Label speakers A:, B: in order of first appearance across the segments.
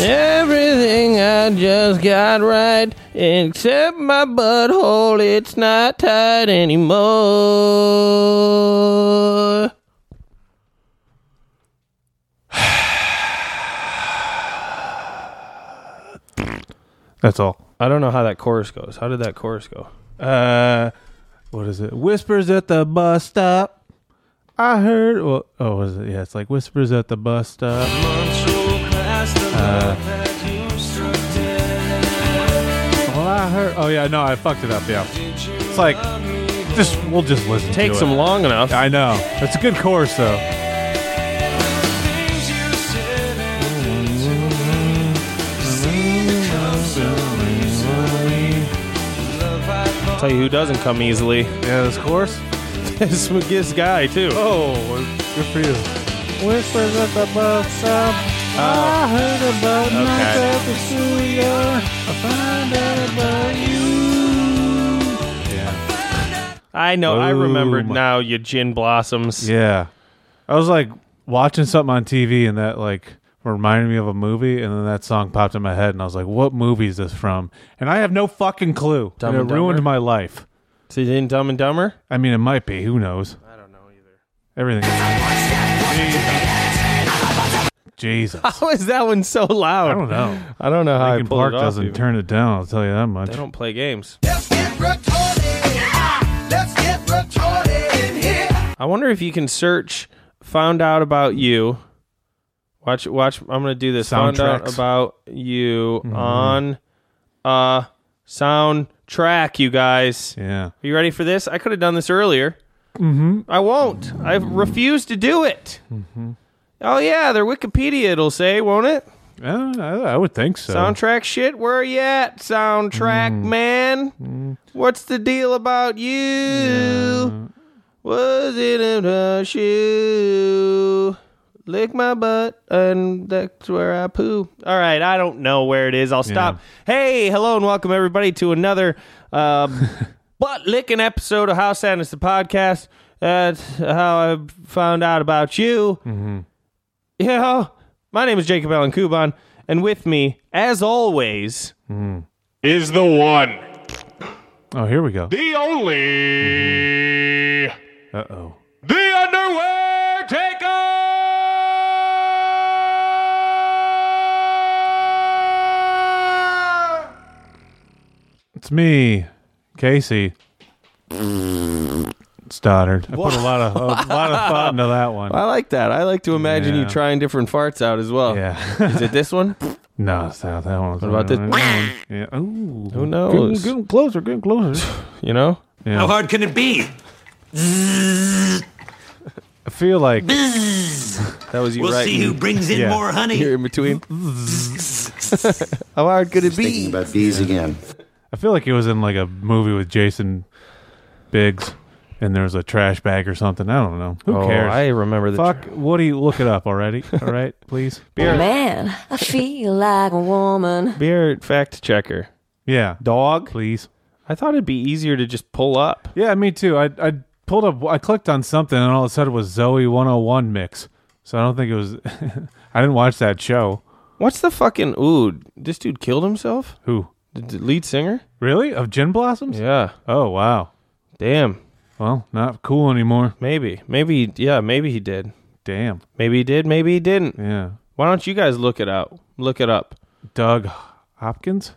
A: Everything I just got right, except my butthole, it's not tight anymore. That's all. I don't know how that chorus goes. How did that chorus go? Uh, what is it? Whispers at the bus stop. I heard. Well, oh, was it? Yeah, it's like whispers at the bus stop.
B: Well, I heard. Oh yeah, no, I fucked it up. Yeah, it's like just we'll just listen.
A: Takes
B: to
A: them
B: it.
A: long enough.
B: I know. It's a good chorus though.
A: I'll tell you who doesn't come easily.
B: Yeah, this chorus.
A: this this guy too.
B: Oh, good for you. Whispers at the bus stop. I heard about okay.
A: myself
B: I found out about you. Yeah.
A: I know. I remembered
B: Boom.
A: now. You gin blossoms.
B: Yeah. I was like watching something on TV and that like reminded me of a movie and then that song popped in my head and I was like, what movie is this from? And I have no fucking clue.
A: Dumb
B: and
A: and
B: it ruined
A: Dumber?
B: my life.
A: So you didn't Dumb and Dumber?
B: I mean, it might be. Who knows?
A: I don't know either.
B: Everything. Jesus.
A: How is that one so loud?
B: I don't know.
A: I don't know how
B: Lincoln
A: I pulled
B: Park
A: it off
B: doesn't
A: even.
B: turn it down. I'll tell you that much.
A: They don't play games.
C: Let's get retarded. Let's get retarded in here.
A: I wonder if you can search "Found Out About You." Watch, watch. I'm gonna do this. Found out
B: Soundtracks. Mm-hmm.
A: about you on a soundtrack. You guys,
B: Yeah.
A: are you ready for this? I could have done this earlier. Mm-hmm. I won't. I refuse to do it. Mm-hmm. Oh yeah, their Wikipedia. It'll say, won't it?
B: I, don't know. I would think so.
A: Soundtrack shit, where are you at, soundtrack man? What's the deal about you? Was it in a shoe? Lick my butt, and that's where I poo. All right, I don't know where it is. I'll stop. Hey, hello, and welcome everybody to another uh, butt licking episode of How Sadness the podcast. That's how I found out about you. Yeah, my name is Jacob Allen Kuban, and with me, as always,
D: is the one,
B: oh, here we go.
D: the only,
B: Uh oh.
D: the underwear taker.
B: It's me, Casey. Stoddard. I put a lot of a lot of thought into that one.
A: I like that. I like to imagine you
B: Yeah.
A: trying different farts out as well.
B: Yeah.
A: Is it this one?
B: no, it's not that one. What
A: about this?
B: Yeah. Ooh. Who
A: knows?
B: Getting, getting closer. Getting closer.
A: You know?
B: Yeah.
E: How hard can it be?
B: I feel like
A: That was you
E: We'll
A: right.
E: see who brings in
B: Yeah.
E: more honey.
A: Here in between. How hard could it be?
F: about bees again.
B: I feel like it was in like a movie with Jason Biggs, and there was a trash bag or something. I don't know. Who
A: Oh,
B: cares?
A: I remember the
B: Fuck Woody, look it up already. All right, please.
G: Man, I feel like a woman.
A: beer fact checker.
B: Yeah, dog, please.
A: I thought it'd be easier to just pull up.
B: Yeah, me too. I I pulled up, I clicked on something, and all it said was Zoe 101 mix. So I don't think it was. I didn't watch that show.
A: What's the fucking ooh? This dude killed himself.
B: Who?
A: The the lead singer.
B: Really? Of Gin Blossoms?
A: Yeah.
B: Oh wow.
A: Damn.
B: Well, not cool anymore.
A: Maybe. Maybe. Yeah. Maybe he did.
B: Damn.
A: Maybe he did. Maybe he didn't.
B: Yeah.
A: Why don't you guys look it out? Look it up.
B: Doug Hopkins.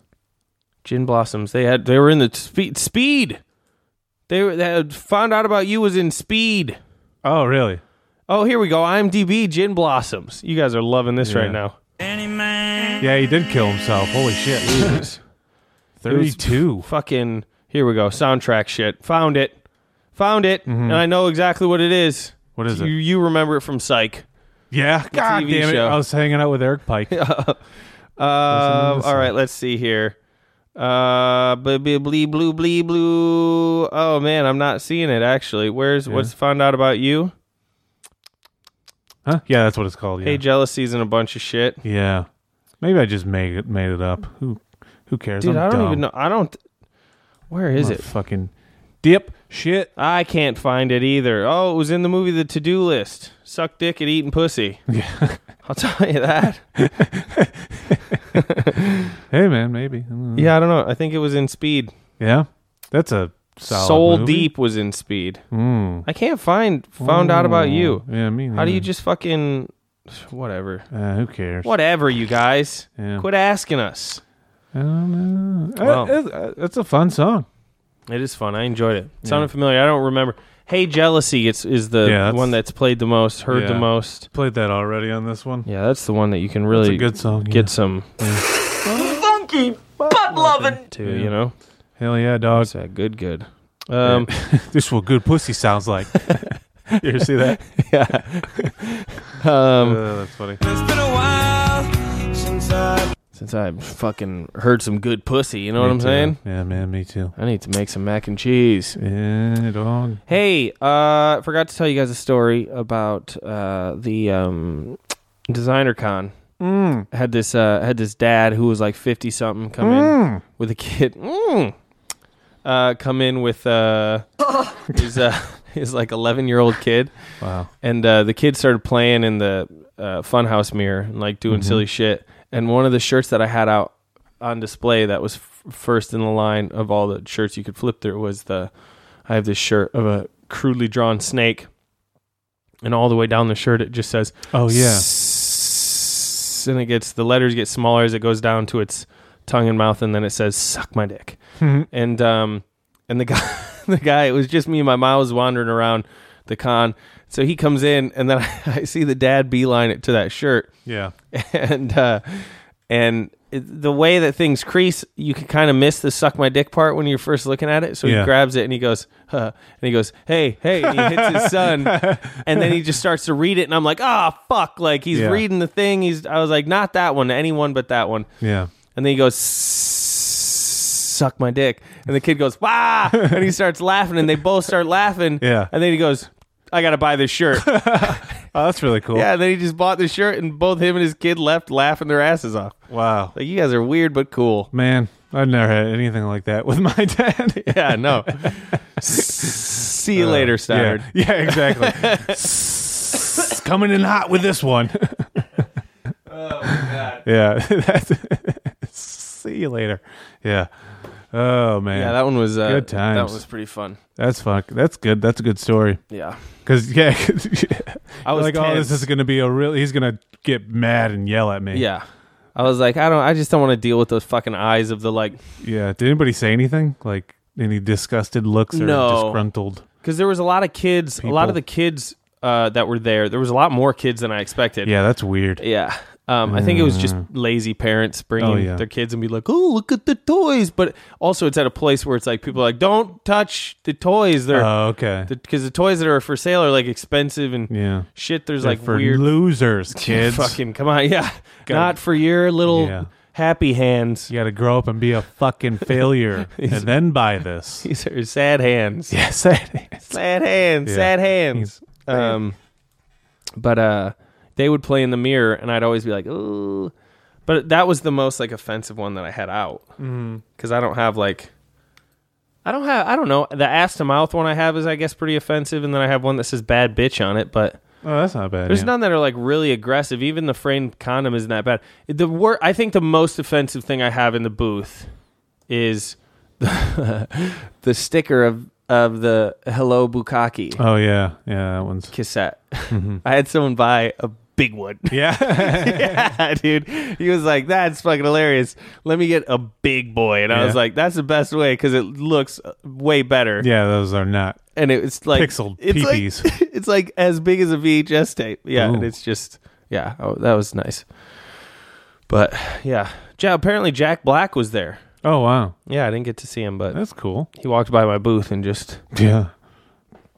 A: Gin Blossoms. They had they were in the speed speed. They were they had found out about you was in speed.
B: Oh really?
A: Oh, here we go. IMDb Gin Blossoms. You guys are loving this right
B: Yeah.
A: now.
B: Yeah, he did kill himself. Holy shit. Thirty-two.
A: Fucking here we go. Soundtrack shit. Found it. Found it. And I know exactly what it is.
B: Mm-hmm. What is
A: you,
B: it?
A: You remember it from Psych.
B: Yeah, God
A: TV
B: damn it!
A: show.
B: I was hanging out with Eric Pike.
A: Um,
B: this
A: Uh, all right, let's see here. Uh, blee blee blue blee blue. Oh man, I'm not seeing it actually. Where's what's found out about you?
B: Huh? Yeah, that's what it's called. Yeah.
A: Hey, jealousy's and a bunch of shit.
B: yeah. Maybe I just made it made it up. Who who cares?
A: Dude,
B: I'm
A: I don't
B: dumb.
A: even know. I don't. Where is
B: I'm a
A: it?
B: fucking dip shit?
A: I can't find it either. Oh, it was in the movie The To Do List. Suck dick and eating pussy. Yeah. I'll tell you that.
B: Hey man, maybe. I don't know.
A: Yeah, I don't know. I think it was in Speed.
B: Yeah, that's a solid
A: Soul
B: movie.
A: Deep was in Speed.
B: Mm.
A: I can't find found out about you.
B: Yeah, me.
A: How do you
B: neither.
A: just fucking whatever.
B: Uh, who cares?
A: Whatever, you guys.
B: Yeah.
A: Quit asking us.
B: I don't know.
A: Well.
B: Uh, it's- uh, it's a fun song.
A: It is fun. I enjoyed it. it Sounded familiar. I don't remember. Hey, jealousy. It's is the
B: Yeah, that's-
A: one that's played the most, heard the
B: Yeah.
A: most.
B: Played that already on this one.
A: Yeah, that's the one that you can
B: It's
A: really
B: a good song. yeah.
A: get some
C: Funky butt loving.
A: to. You know,
B: Hell yeah, dog.
A: it's that good, good. Um,
B: this is what good pussy sounds like. you ever see that?
A: um,
B: Uh, that's funny.
C: It's been a while since I.
A: since I fucking heard some good pussy, you know what
B: Me
A: I'm
B: too.
A: saying?
B: Yeah, man, me too.
A: I need to make some mac and cheese.
B: Yeah, dog.
A: Hey, uh, I forgot to tell you guys a story about uh, the um, designer con.
B: Mm.
A: I had this uh, had this dad who was like fifty something come in with a kid. Mm. Uh, come in with uh, his uh, his like eleven year old kid,
B: Wow.
A: and uh, the kid started playing in the uh, funhouse mirror and like
B: Mm-hmm.
A: doing silly shit. And one of the shirts that I had out on display that was f- first in the line of all the shirts you could flip through was the I have this shirt of a crudely drawn snake, and all the way down the shirt it just says
B: Oh yeah.
A: S- and it gets the letters get smaller as it goes down to its tongue and mouth, and then it says "suck my dick." and um, and the guy, the guy, it was just me and my mom was wandering around the con. So he comes in, and then I, see the dad beeline it to that shirt,
B: Yeah.
A: and uh, and it, the way that things crease, you can kind of miss the "suck my dick" part when you're first looking at it. So he
B: Yeah.
A: grabs it and he goes, huh, and he goes, "Hey, hey!" And he hits his son, and then he just starts to read it, and I'm like, "Ah, fuck!" Like he's
B: Yeah.
A: reading the thing. He's, I was like, "Not that one, anyone but that one."
B: Yeah.
A: And then he goes, suck my dick. And the kid goes, wah. And he starts laughing, and they both start laughing.
B: Yeah.
A: And then he goes, I got to buy this shirt.
B: Oh, that's really cool.
A: yeah. And then he just bought the shirt, and both him and his kid left laughing their asses off.
B: Wow.
A: Like, you guys are weird, but cool.
B: Man, I've never had anything like that with my dad.
A: Yeah, no. See you later, Stoddard.
B: Uh, Yeah. Yeah, exactly. S- Coming in hot with this one. oh my
A: Oh,
B: god. Yeah. That's, see you later. Yeah. Oh man.
A: Yeah, that one was uh,
B: Good times.
A: That one was pretty fun.
B: that's fuck. That's good. That's a good story.
A: Yeah,
B: Cause yeah, 'cause, yeah.
A: I was
B: like, oh, this
A: tense.
B: is gonna be a real. He's gonna get mad and yell at me.
A: yeah. I was like, I don't. I just don't want to deal with those fucking eyes of the like
B: Yeah. Did anybody say anything? Like any disgusted looks or
A: No.
B: disgruntled?
A: because there was a lot of kids a lot
B: People.
A: of the kids uh, that were there there was a lot more kids than i expected
B: Yeah, that's weird.
A: yeah um, i think it was just lazy parents bringing
B: Mm. Oh, yeah.
A: their kids and be like oh look at the toys but also it's at a place where it's like people are like don't touch the toys they're
B: Oh, okay.
A: because the, toys that are for sale are like expensive and
B: yeah.
A: shit there's
B: They're
A: like
B: for
A: weird
B: losers, kids.
A: fucking come on yeah not for your little
B: Yeah.
A: happy hands
B: You got to grow up and be a fucking failure and then buy this.
A: these are sad hands
B: Yes, I
A: sad hands,
B: Yeah.
A: sad hands.
B: He's-
A: Um, but uh, they would play in the mirror, and I'd always be like, "Ooh," but that was the most like offensive one that I had out because I don't have like, I don't have, I don't know. The ass to mouth one I have is, I guess, pretty offensive, and then I have one that says "bad bitch" on it, but.
B: Oh, that's not bad.
A: There's
B: yeah.
A: none that are like really aggressive. Even the framed condom isn't that bad. The wor- I think the most offensive thing I have in the booth is the, the sticker of of the Hello Bukaki
B: Oh yeah, yeah, that one's.
A: cassette.
B: Mm-hmm.
A: I had someone buy a big one.
B: Yeah,
A: yeah, dude. He was like, "That's fucking hilarious. Let me get a big boy." And I was
B: Yeah.
A: like, "That's the best way because it looks uh, way better."
B: yeah, those are not.
A: and it's like
B: Pixel
A: it's like-
B: peepees.
A: it's like as big as a VHS tape. Yeah, and
B: Ooh.
A: it's just yeah. Oh, that was nice. But yeah, ja, apparently Jack Black was there.
B: Oh wow,
A: Yeah, I didn't get to see him, but
B: that's cool.
A: he walked by my booth and just
B: Yeah,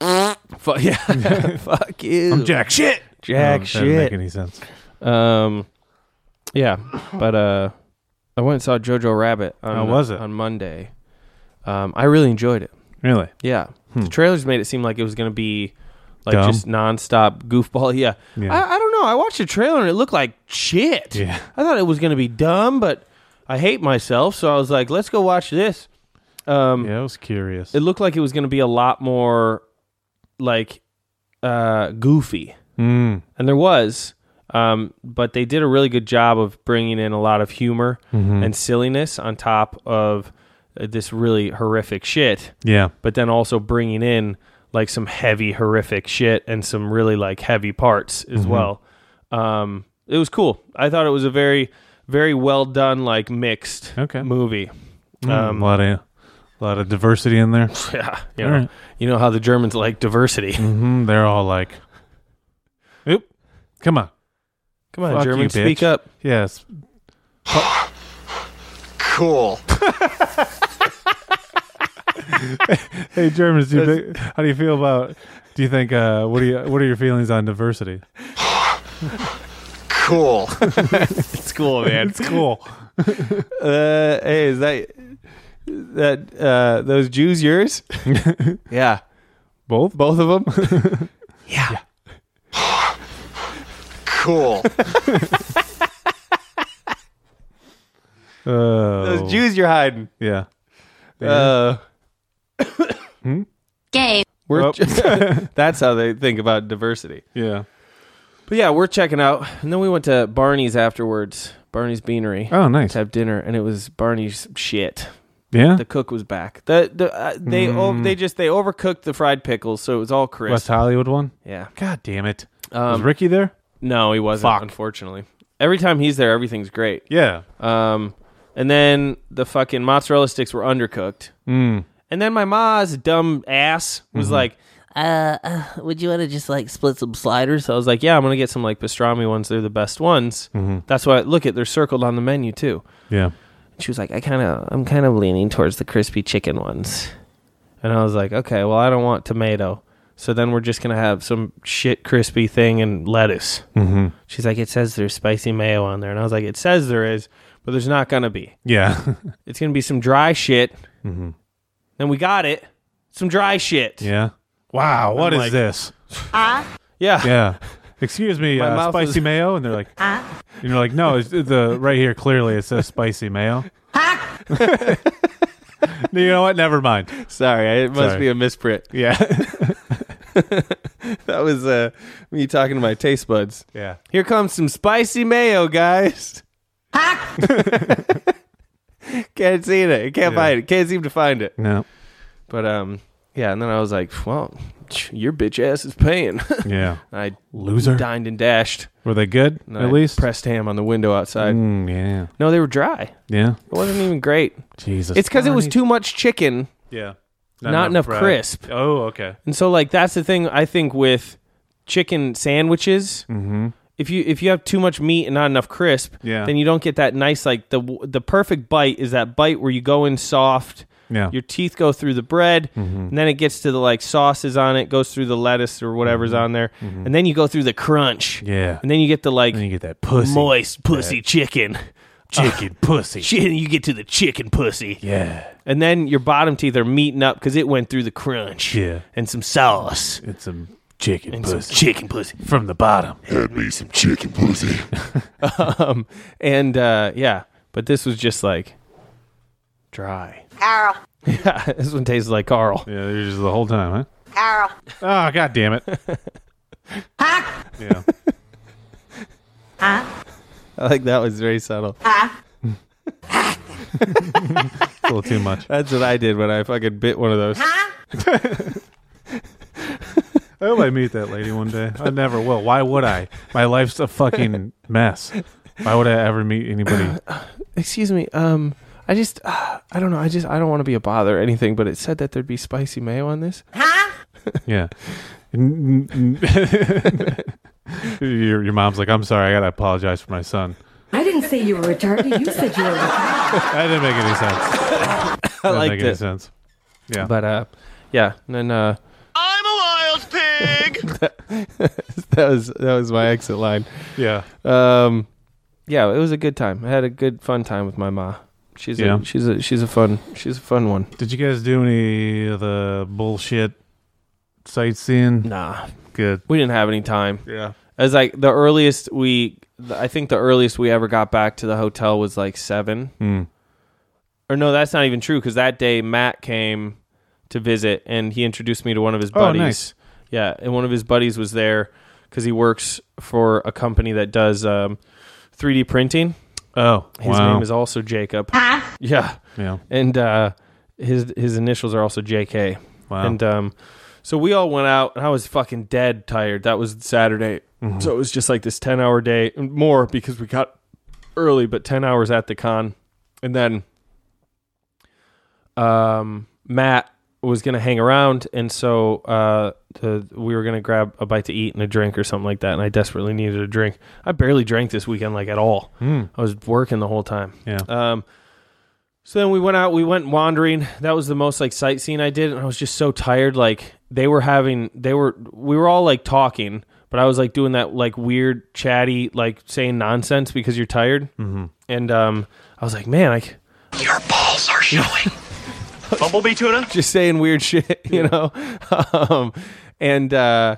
A: fuck yeah, fuck you,
B: Jack. Shit. Oh,
A: Jack
B: that doesn't make
A: shit.
B: any sense.
A: Um, yeah, but uh, I went and saw Jojo Rabbit. On,
B: How was it?
A: on Monday? Um, I really enjoyed it.
B: Really?
A: Yeah, the trailers made it seem like it was gonna be like
B: Hmm. Dumb.
A: just nonstop goofball. Yeah,
B: Yeah.
A: I, I don't know. I watched the trailer and it looked like shit.
B: Yeah.
A: I thought it was gonna be dumb, but I hate myself, so I was like, let's go watch this. Um,
B: Yeah, I was curious.
A: it looked like it was gonna be a lot more like uh, goofy
B: Mm.
A: and there was um, but they did a really good job of bringing in a lot of humor
B: Mm-hmm.
A: and silliness on top of uh, this really horrific shit
B: Yeah.
A: but then also bringing in like some heavy horrific shit and some really like heavy parts
B: Mm-hmm.
A: as well um, it was cool i thought it was a very very well done like mixed
B: Okay.
A: movie
B: Mm,
A: um,
B: a lot of a lot of diversity in there.
A: yeah you
B: All
A: know,
B: right.
A: you know how the germans like diversity
B: hmm They're all like, "Oop, come on,
A: come on
B: Fuck you,
A: germans speak
B: bitch.
A: up
B: yes."
C: Cool.
B: Hey Germans, do you think, how do you feel about? Do you think uh, what do you what are your feelings on diversity?
C: Cool.
A: it's cool man
B: It's cool.
A: uh, hey, is that that uh, those Jews yours? yeah,
B: Both.
A: both of them. yeah.
C: Cool.
B: Oh.
A: those Jews you're hiding.
B: Yeah.
A: Uh,
G: Gay.
A: we're
B: Oh.
A: that's how they think about diversity.
B: Yeah.
A: But yeah, we're checking out, and then we went to Barney's afterwards. Barney's Beanery.
B: Oh, nice.
A: To have dinner, and it was Barney's shit.
B: Yeah.
A: The cook was back. The, the uh, they o they just they overcooked the fried pickles, so it was all
B: West
A: crisp.
B: Hollywood one.
A: Yeah.
B: God damn it. Was
A: Um,
B: Ricky there?
A: no, he wasn't.
B: Fuck.
A: Unfortunately, every time he's there, everything's great.
B: Yeah.
A: Um, and then the fucking mozzarella sticks were undercooked.
B: Mm.
A: And then my ma's dumb ass was like, uh, uh, "Would you want to just like split some sliders?" So I was like, "Yeah, I'm gonna get some like pastrami ones. They're the best ones. That's why look at they're circled on the menu too."
B: Yeah.
A: And she was like, "I kind of, I'm kind of leaning towards the crispy chicken ones." And I was like, "Okay, well, I don't want tomato." So then we're just gonna have some shit crispy thing and lettuce.
B: Mm-hmm.
A: She's like, "It says there's spicy mayo on there," and I was like, "It says there is, but there's not gonna be."
B: Yeah.
A: It's gonna be some dry shit. And we got it. Some dry shit.
B: Mm-hmm. yeah. Wow. What is
A: like-
B: this?
A: Yeah.
B: Yeah. Excuse me,
A: My
B: uh,
A: mouth Ah.
B: spicy
A: was-
B: mayo, and they're like, and you're like, no, it's the right here clearly it says spicy mayo. you know what? Never mind.
A: Sorry, I- it must
B: Sorry.
A: be a misprint.
B: Yeah,
A: That was uh, me talking to my taste buds.
B: yeah.
A: Here comes some spicy mayo, guys. Can't see it. Can't
B: Yeah.
A: find it. Can't seem to find it.
B: No.
A: But um, yeah. And then I was like, "Well, your bitch ass is paying."
B: Yeah.
A: I
B: Loser.
A: dined and dashed.
B: Were they good?
A: And
B: At
A: I
B: least.
A: pressed ham on the window outside.
B: Mm, yeah.
A: No, they were dry.
B: Yeah.
A: It wasn't even great.
B: Jesus.
A: It's because it was too much chicken
B: Yeah.
A: not enough
B: bread.
A: crisp.
B: Oh, okay.
A: And so like that's the thing I think with chicken sandwiches. If you if you have too much meat and not enough crisp,
B: Yeah.
A: Mm-hmm. then you don't get that nice like the the perfect bite is that bite where you go in soft,
B: Yeah.
A: your teeth go through the bread,
B: Mm-hmm.
A: and then it gets to the like sauces on it, goes through the lettuce or whatever's on there, and then you go through the crunch.
B: Mm-hmm. Yeah.
A: And then you get the like
B: then you get that pussy.
A: moist pussy chicken.
B: Chicken pussy.
A: Shit, you get to the chicken pussy.
B: Yeah.
A: And then your bottom teeth are meeting up because it went through the crunch.
B: Yeah.
A: And some sauce.
B: It's some chicken
A: And some
B: pussy
A: chicken pussy.
B: from the bottom.
A: um, and uh, yeah, but this was just like dry.
E: Carl,
A: Yeah, this one tasted like Carl.
B: Yeah, you're just the whole time,
E: Carl,
B: huh? Oh, god damn it. yeah.
A: I think that was very subtle.
B: A little too much.
A: That's what I did when I fucking bit one of those.
B: I hope I meet that lady one day. I never will. Why would I? My life's a fucking mess. Why would I ever meet anybody?
A: Excuse me. Um, I just, uh, I don't know. I just, I don't want to be a bother or anything, but it said that there'd be spicy mayo on this.
B: Yeah. N- n- n- your, your mom's like, I'm sorry, I gotta apologize for my son.
F: I didn't say you were retarded. You said you were retarded.
B: That didn't make any sense. That
A: I
B: didn't
A: liked
B: make any
A: it.
B: sense.
A: But uh, yeah. And then uh,
C: I'm a wild pig.
A: that was that was my exit line.
B: Yeah.
A: Um, yeah, it was a good time. I had a good fun time with my ma. She's
B: Yeah.
A: a, she's a she's a fun she's a fun one.
B: Did you guys do any of the bullshit sightseeing?
A: Nah,
B: Good.
A: we didn't have any time.
B: Yeah.
A: As like the earliest we, I think the earliest we ever got back to the hotel was like seven.
B: Mm.
A: Or no, that's not even true because that day Matt came to visit and he introduced me to one of his
B: Oh,
A: buddies.
B: nice.
A: Yeah, and one of his buddies was there because he works for a company that does um, 3D printing.
B: Oh,
A: His
B: wow.
A: name is also Jacob. Yeah,
B: yeah.
A: and uh, his his initials are also J.K.
B: Wow.
A: And um, so we all went out, and I was fucking dead tired. That was Saturday,
B: Mm-hmm.
A: so it was just like this ten hour day and more because we got early, but ten hours at the con, and then um, Matt was gonna hang around, and so uh, the, we were gonna grab a bite to eat and a drink or something like that. And I desperately needed a drink. I barely drank this weekend, like at all. I was working the whole time.
B: Yeah.
A: Um, so then we went out, we went wandering. That was the most like sightseeing I did, and I was just so tired. Like they were having, they were, we were all like talking, but I was like doing that like weird chatty, like saying nonsense because you're tired. Mm-hmm. And um, I was like, man, I c-
E: Your balls are showing. Bumblebee tuna?
A: just saying weird shit, you know. um, and uh,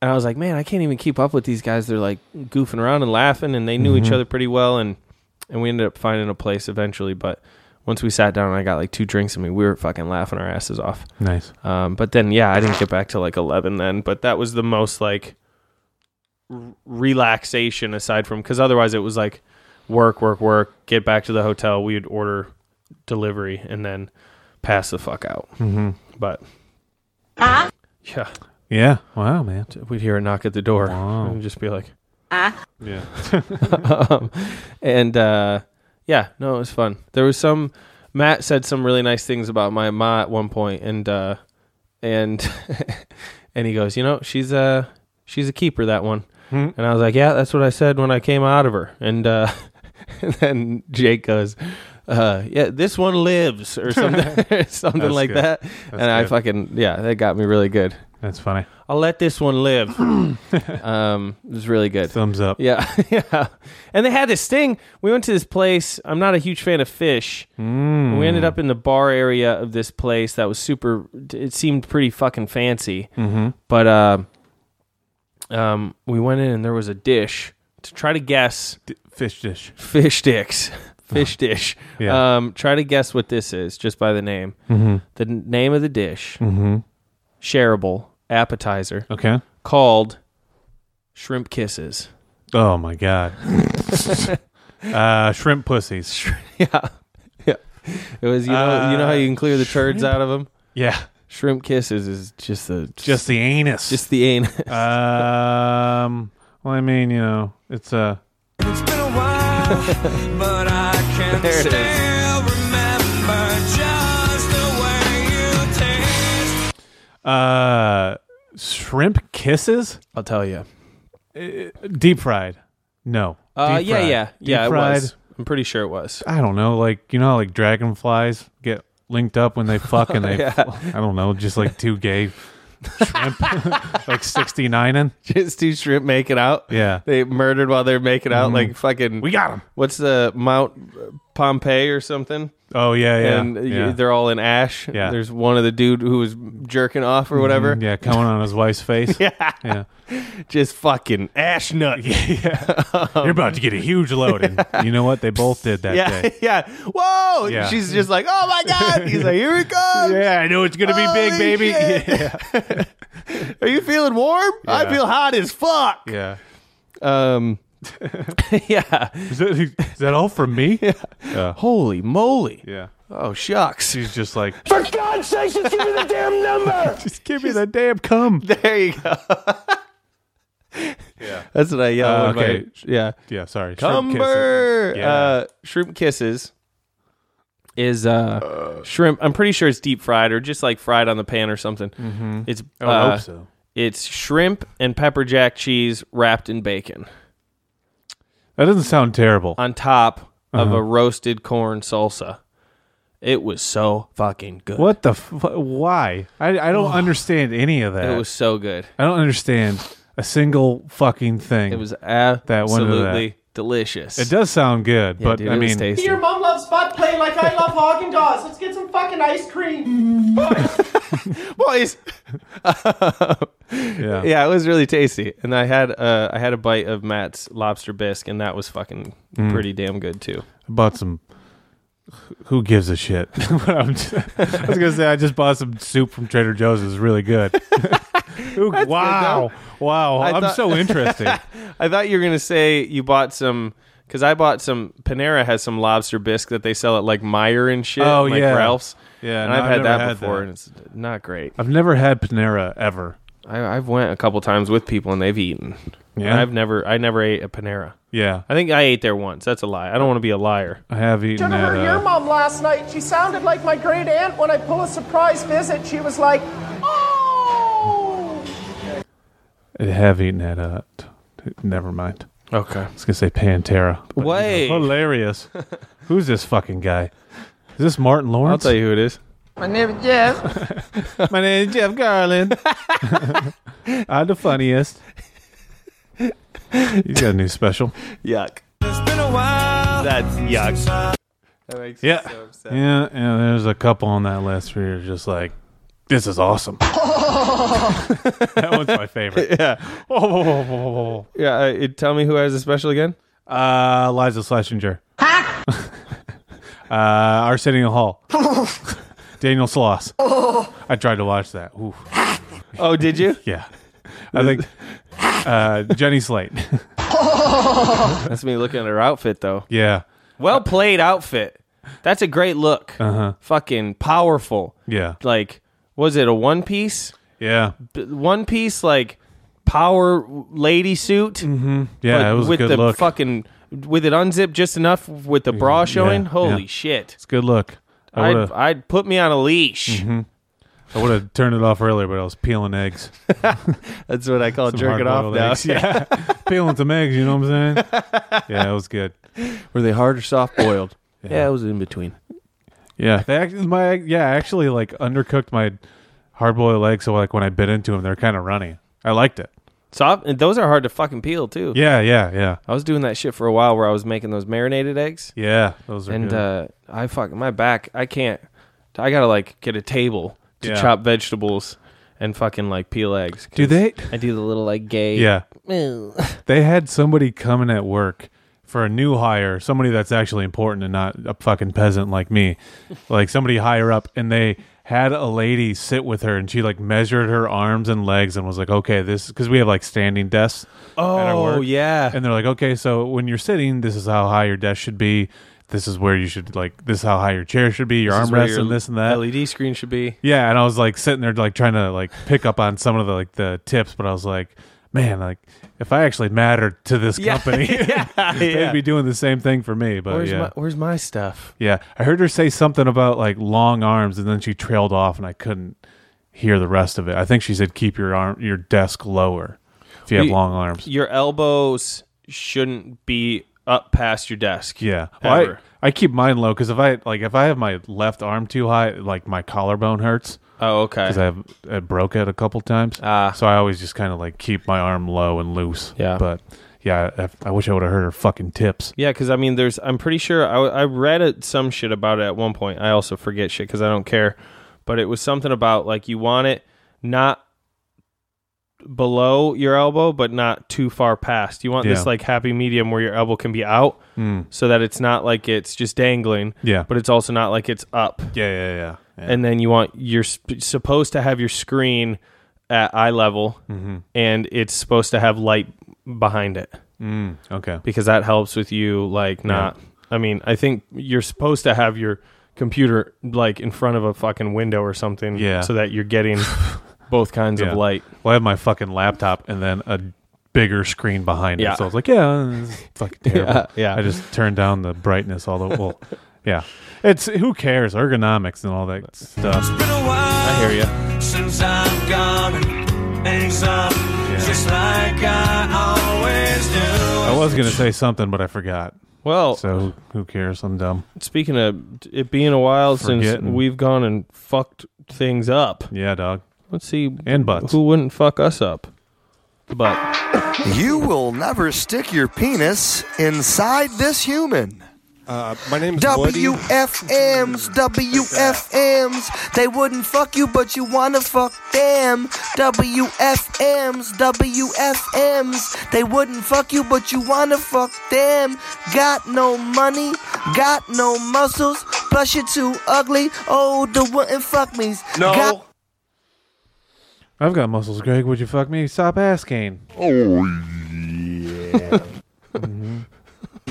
A: and I was like, man, I can't even keep up with these guys. They're like goofing around and laughing, and they knew each other pretty well. And and we ended up finding a place eventually. But once we sat down, and I got like two drinks in me. We were fucking laughing our asses off.
B: nice.
A: Um, but then, yeah, I didn't get back to like eleven then. But that was the most like r- relaxation aside from because otherwise it was like work, work, work. Get back to the hotel. We'd order delivery and then pass the fuck out.
B: Mhm.
A: But yeah,
B: Yeah. Wow, man.
A: we'd hear a knock at the door
B: Wow.
A: and just be like,
B: Yeah.
A: um, and uh, yeah, no, it was fun. There was some. Matt said some really nice things about my ma at one point, and uh, and and he goes, you know, she's a she's a keeper that one. And I was like, yeah, that's what I said when I came out of her. And uh, and then Jake goes. Uh, yeah, this one lives or something, something
B: That's
A: like
B: good.
A: that. and I
B: good.
A: fucking yeah, that got me really good.
B: That's funny.
A: I'll let this one live. um, it was really good.
B: Thumbs up.
A: Yeah, yeah. And they had this thing. We went to this place. I'm not a huge fan of fish.
B: Mm.
A: We ended up in the bar area of this place that was super. It seemed pretty fucking fancy.
B: Mhm.
A: But uh, um, we went in and there was a dish to try to guess
B: D- fish dish.
A: fish sticks. Fish dish.
B: Yeah. Mm-hmm.
A: Um, try to guess what this is just by the name. The n- name of the dish,
B: Mhm.
A: shareable appetizer,
B: Okay.
A: called shrimp kisses.
B: Oh my god. uh, shrimp pussies.
A: yeah, yeah. It was you know you know how you can clear the turds out of them.
B: yeah.
A: Shrimp kisses is just the
B: Just the anus.
A: just the anus.
B: um. Well, I mean, you know, it's uh,
C: It's been a while, but I can
A: There it is.
C: still remember just the way you taste.
B: uh, shrimp kisses.
A: I'll tell you.
B: Deep fried. No.
A: Uh,
B: Deep
A: yeah, yeah,
B: fried.
A: yeah.
B: Deep
A: It
B: fried.
A: was. I'm pretty sure it was.
B: I don't know, like you know, how, like dragonflies get linked up when they fuck and they, I don't know, just like two gay shrimp, like sixty nine and
A: Just two shrimp making out.
B: yeah,
A: They murdered while they're making out, like fucking.
B: Mm-hmm. we got him.
A: what's the Mount Pompeii or something?
B: Oh yeah, yeah,
A: and y-
B: yeah.
A: they're all in ash.
B: Yeah. Mm-hmm.
A: There's one of the dude who was jerking off or whatever.
B: Mm, yeah, coming on his wife's face. yeah, yeah.
A: Just fucking ash nut.
B: You're about to get a huge load, and you know what? They both did that
A: Yeah,
B: day.
A: yeah. Whoa!
B: Yeah.
A: She's just like, oh my god. He's like, here it comes.
B: Yeah, I know it's gonna be big,
A: Holy
B: baby.
A: shit.
B: Yeah.
A: Are you feeling warm? I
B: Yeah.
A: feel hot as fuck.
B: yeah.
A: Um, yeah.
B: Is that, is that all from me? Yeah. Yeah.
A: Holy moly.
B: yeah.
A: Oh, shucks.
B: She's just like,
E: For God's sake, just give me the damn number!
B: just give me the damn cum.
A: There you go.
B: Yeah.
A: That's what I yell.
B: Uh,
A: when my-
B: okay.
A: yeah.
B: Yeah, sorry. Shrimp kisses.
A: Cumber.
B: Yeah.
A: Uh, shrimp kisses is uh, shrimp. I'm pretty sure it's deep fried or just like fried on the pan or something. Mm-hmm. It's
B: I would
A: uh,
B: hope so.
A: it's shrimp and pepper jack cheese wrapped in bacon
B: That doesn't sound terrible.
A: on top of a roasted corn salsa. It was so fucking good.
B: What the? F- why? I, I don't understand any of that.
A: It was so good.
B: I don't understand a single fucking thing.
A: It was
B: That one to
A: absolutely
B: that.
A: delicious.
B: It does sound good,
A: Yeah,
B: but
A: dude,
B: I
A: it was
B: mean,
A: tasty.
H: Your mom loves butt play like I love Haagen Dazs. Let's get some fucking ice cream.
A: boys.
B: yeah,
A: Yeah, it was really tasty, and I had uh, I had a bite of Matt's lobster bisque, and that was fucking pretty damn good too.
B: I bought some. Who gives a shit? But I'm just- I was gonna say I just bought some soup from Trader Joe's. It's really good. Ooh, wow, wow!
A: I
B: I'm
A: thought-
B: so interesting.
A: I thought you were gonna say you bought some because I bought some. Panera has some lobster bisque that they sell at like Meyer and shit.
B: Oh,
A: like
B: yeah.
A: Ralph's.
B: Yeah,
A: and
B: no,
A: I've,
B: I've
A: had
B: never
A: that
B: had
A: before,
B: that.
A: and it's not great.
B: I've never had Panera ever.
A: I, I've went a couple times with people, and they've eaten.
B: Yeah?
A: I've never I never ate at Panera.
B: Yeah,
A: I think I ate there once. That's a lie. I don't want to be a liar.
B: I have eaten
H: Jennifer,
B: at.
H: your
B: Uh,
H: mom last night, she sounded like my great aunt when I pull a surprise visit. She was like, oh.
B: I have eaten at. Uh, t- t- never mind.
A: Okay.
B: I was gonna say Pantera. but, you know,
A: Wait.
B: hilarious! Who's this fucking guy? Is this Martin
A: I'll
B: Lawrence?
A: tell you who it is.
H: My name is Jeff.
B: My name is Jeff Garland. I'm the funniest. He's got a new special.
A: Yuck. That's yuck. That makes
B: Yeah. yeah, yeah. There's a couple on that list where you're just like, this is awesome. that one's my favorite. Oh, Yeah. oh.
A: Yeah. uh, it- tell me who has a special again.
B: Uh, Eliza Schlesinger. uh, Arsenio Hall. Daniel Sloss. I tried to watch that. Oof.
A: Oh, did you?
B: Yeah. I think uh, Jenny Slate.
A: That's me looking at her outfit though.
B: yeah.
A: Well played outfit. That's a great look. Uh-huh. Fucking powerful.
B: Yeah.
A: Like, was it a one piece?
B: Yeah.
A: B- One piece like power lady suit. Mm-hmm.
B: Yeah, it was a
A: with
B: good
A: the
B: look.
A: fucking with it unzipped just enough with the bra showing.
B: yeah.
A: Holy shit!
B: it's a good look. I Mm-hmm.
A: I'd,
B: would have
A: I'd put me on a leash.
B: I would have turned it off earlier, but I was peeling eggs.
A: That's what I call
B: Some
A: jerking off
B: hard-boiled
A: now.
B: eggs. Yeah, peeling some eggs. You know what I'm saying? Yeah, it was good.
A: Were they hard or soft boiled? yeah. it was in between.
B: Yeah, they actually, my yeah I actually like undercooked my hard boiled eggs. So like when I bit into them, they're kind of runny. I liked it.
A: Soft. And those are hard to fucking peel too.
B: Yeah, yeah, yeah,
A: I was doing that shit for a while where I was making those marinated eggs.
B: yeah. Those are
A: and
B: good.
A: uh, I fucking my back. I can't. I gotta like get a table to
B: Yeah.
A: chop vegetables and fucking like peel eggs. 'cause
B: Do they?
A: I do the little like gay.
B: Yeah,
A: "Moo."
B: they had somebody coming at work for a new hire, somebody that's actually important and not a fucking peasant like me, like somebody higher up, and they had a lady sit with her and she like measured her arms and legs and was like, okay, this because we have like standing desks. at our
A: Oh
B: work.
A: yeah.
B: and they're like, okay, so when you're sitting, this is how high your desk should be. This is where you should like. This is how high your chair should be. Your
A: This is where
B: armrest
A: your
B: and this and that.
A: LED screen should be.
B: Yeah, and I was like sitting there like trying to like pick up on some of the like the tips, but I was like, man, like if I actually mattered to this
A: Yeah.
B: company,
A: yeah.
B: they'd be doing the same thing for me. But
A: Where's
B: Oh, yeah,
A: my Where's my stuff?
B: yeah, I heard her say something about like long arms, and then she trailed off, and I couldn't hear the rest of it. I think she said keep your arm your desk lower if you have
A: You-
B: long arms.
A: Your elbows shouldn't be up past your desk.
B: Yeah, Well,
A: Ever.
B: I, I keep mine low because if I like if I have my left arm too high, like my collarbone hurts
A: oh okay.
B: because I've I broke it a couple times.
A: Ah.
B: so I always just kind of like keep my arm low and loose.
A: Yeah.
B: but yeah, I, I wish I would have heard her fucking tips.
A: Yeah, because I mean, there's. I'm pretty sure I, I read it, some shit about it at one point. I also forget shit because I don't care. But it was something about like you want it not below your elbow, but not too far past. You want
B: Yeah.
A: this like happy medium where your elbow can be out, so that it's not like it's just dangling.
B: Yeah.
A: Hmm. but it's also not like it's up.
B: Yeah, yeah, yeah. yeah.
A: And then you want you're sp- supposed to have your screen at eye level,
B: Mm-hmm.
A: and it's supposed to have light behind it
B: Hmm. okay,
A: because that helps with you like not i mean i think you're supposed to have your computer like in front of a fucking window or something
B: Yeah.
A: so that you're getting both kinds
B: Yeah.
A: of light
B: well, I have my fucking laptop and then a bigger screen behind
A: Yeah.
B: it. So I was like, yeah, this is fucking terrible.
A: yeah.
B: I just turned down the brightness. All the well, yeah. It's who cares ergonomics and all that stuff.
A: i hear you
C: Since I'm gone, things up just like I always do.
B: I was gonna say something, but I forgot.
A: well
B: So who cares? I'm dumb.
A: speaking of it being a while since
B: Forgetting.
A: we've gone and fucked things up
B: Yeah, dog.
A: let's see
B: And butts.
A: who wouldn't fuck us up the butt.
I: You will never stick your penis inside this human.
A: Uh,
J: My name's Woody.
I: WFMs, WFMs. They wouldn't fuck you, but you wanna fuck them. WFMs, WFMs. They wouldn't fuck you, but you wanna fuck them. Got no money, got no muscles. Plus you're too ugly. Oh, the wouldn't fuck me's.
J: No.
I: Got-
B: I've got muscles, Greg. Would you fuck me? Stop asking.
E: Oh,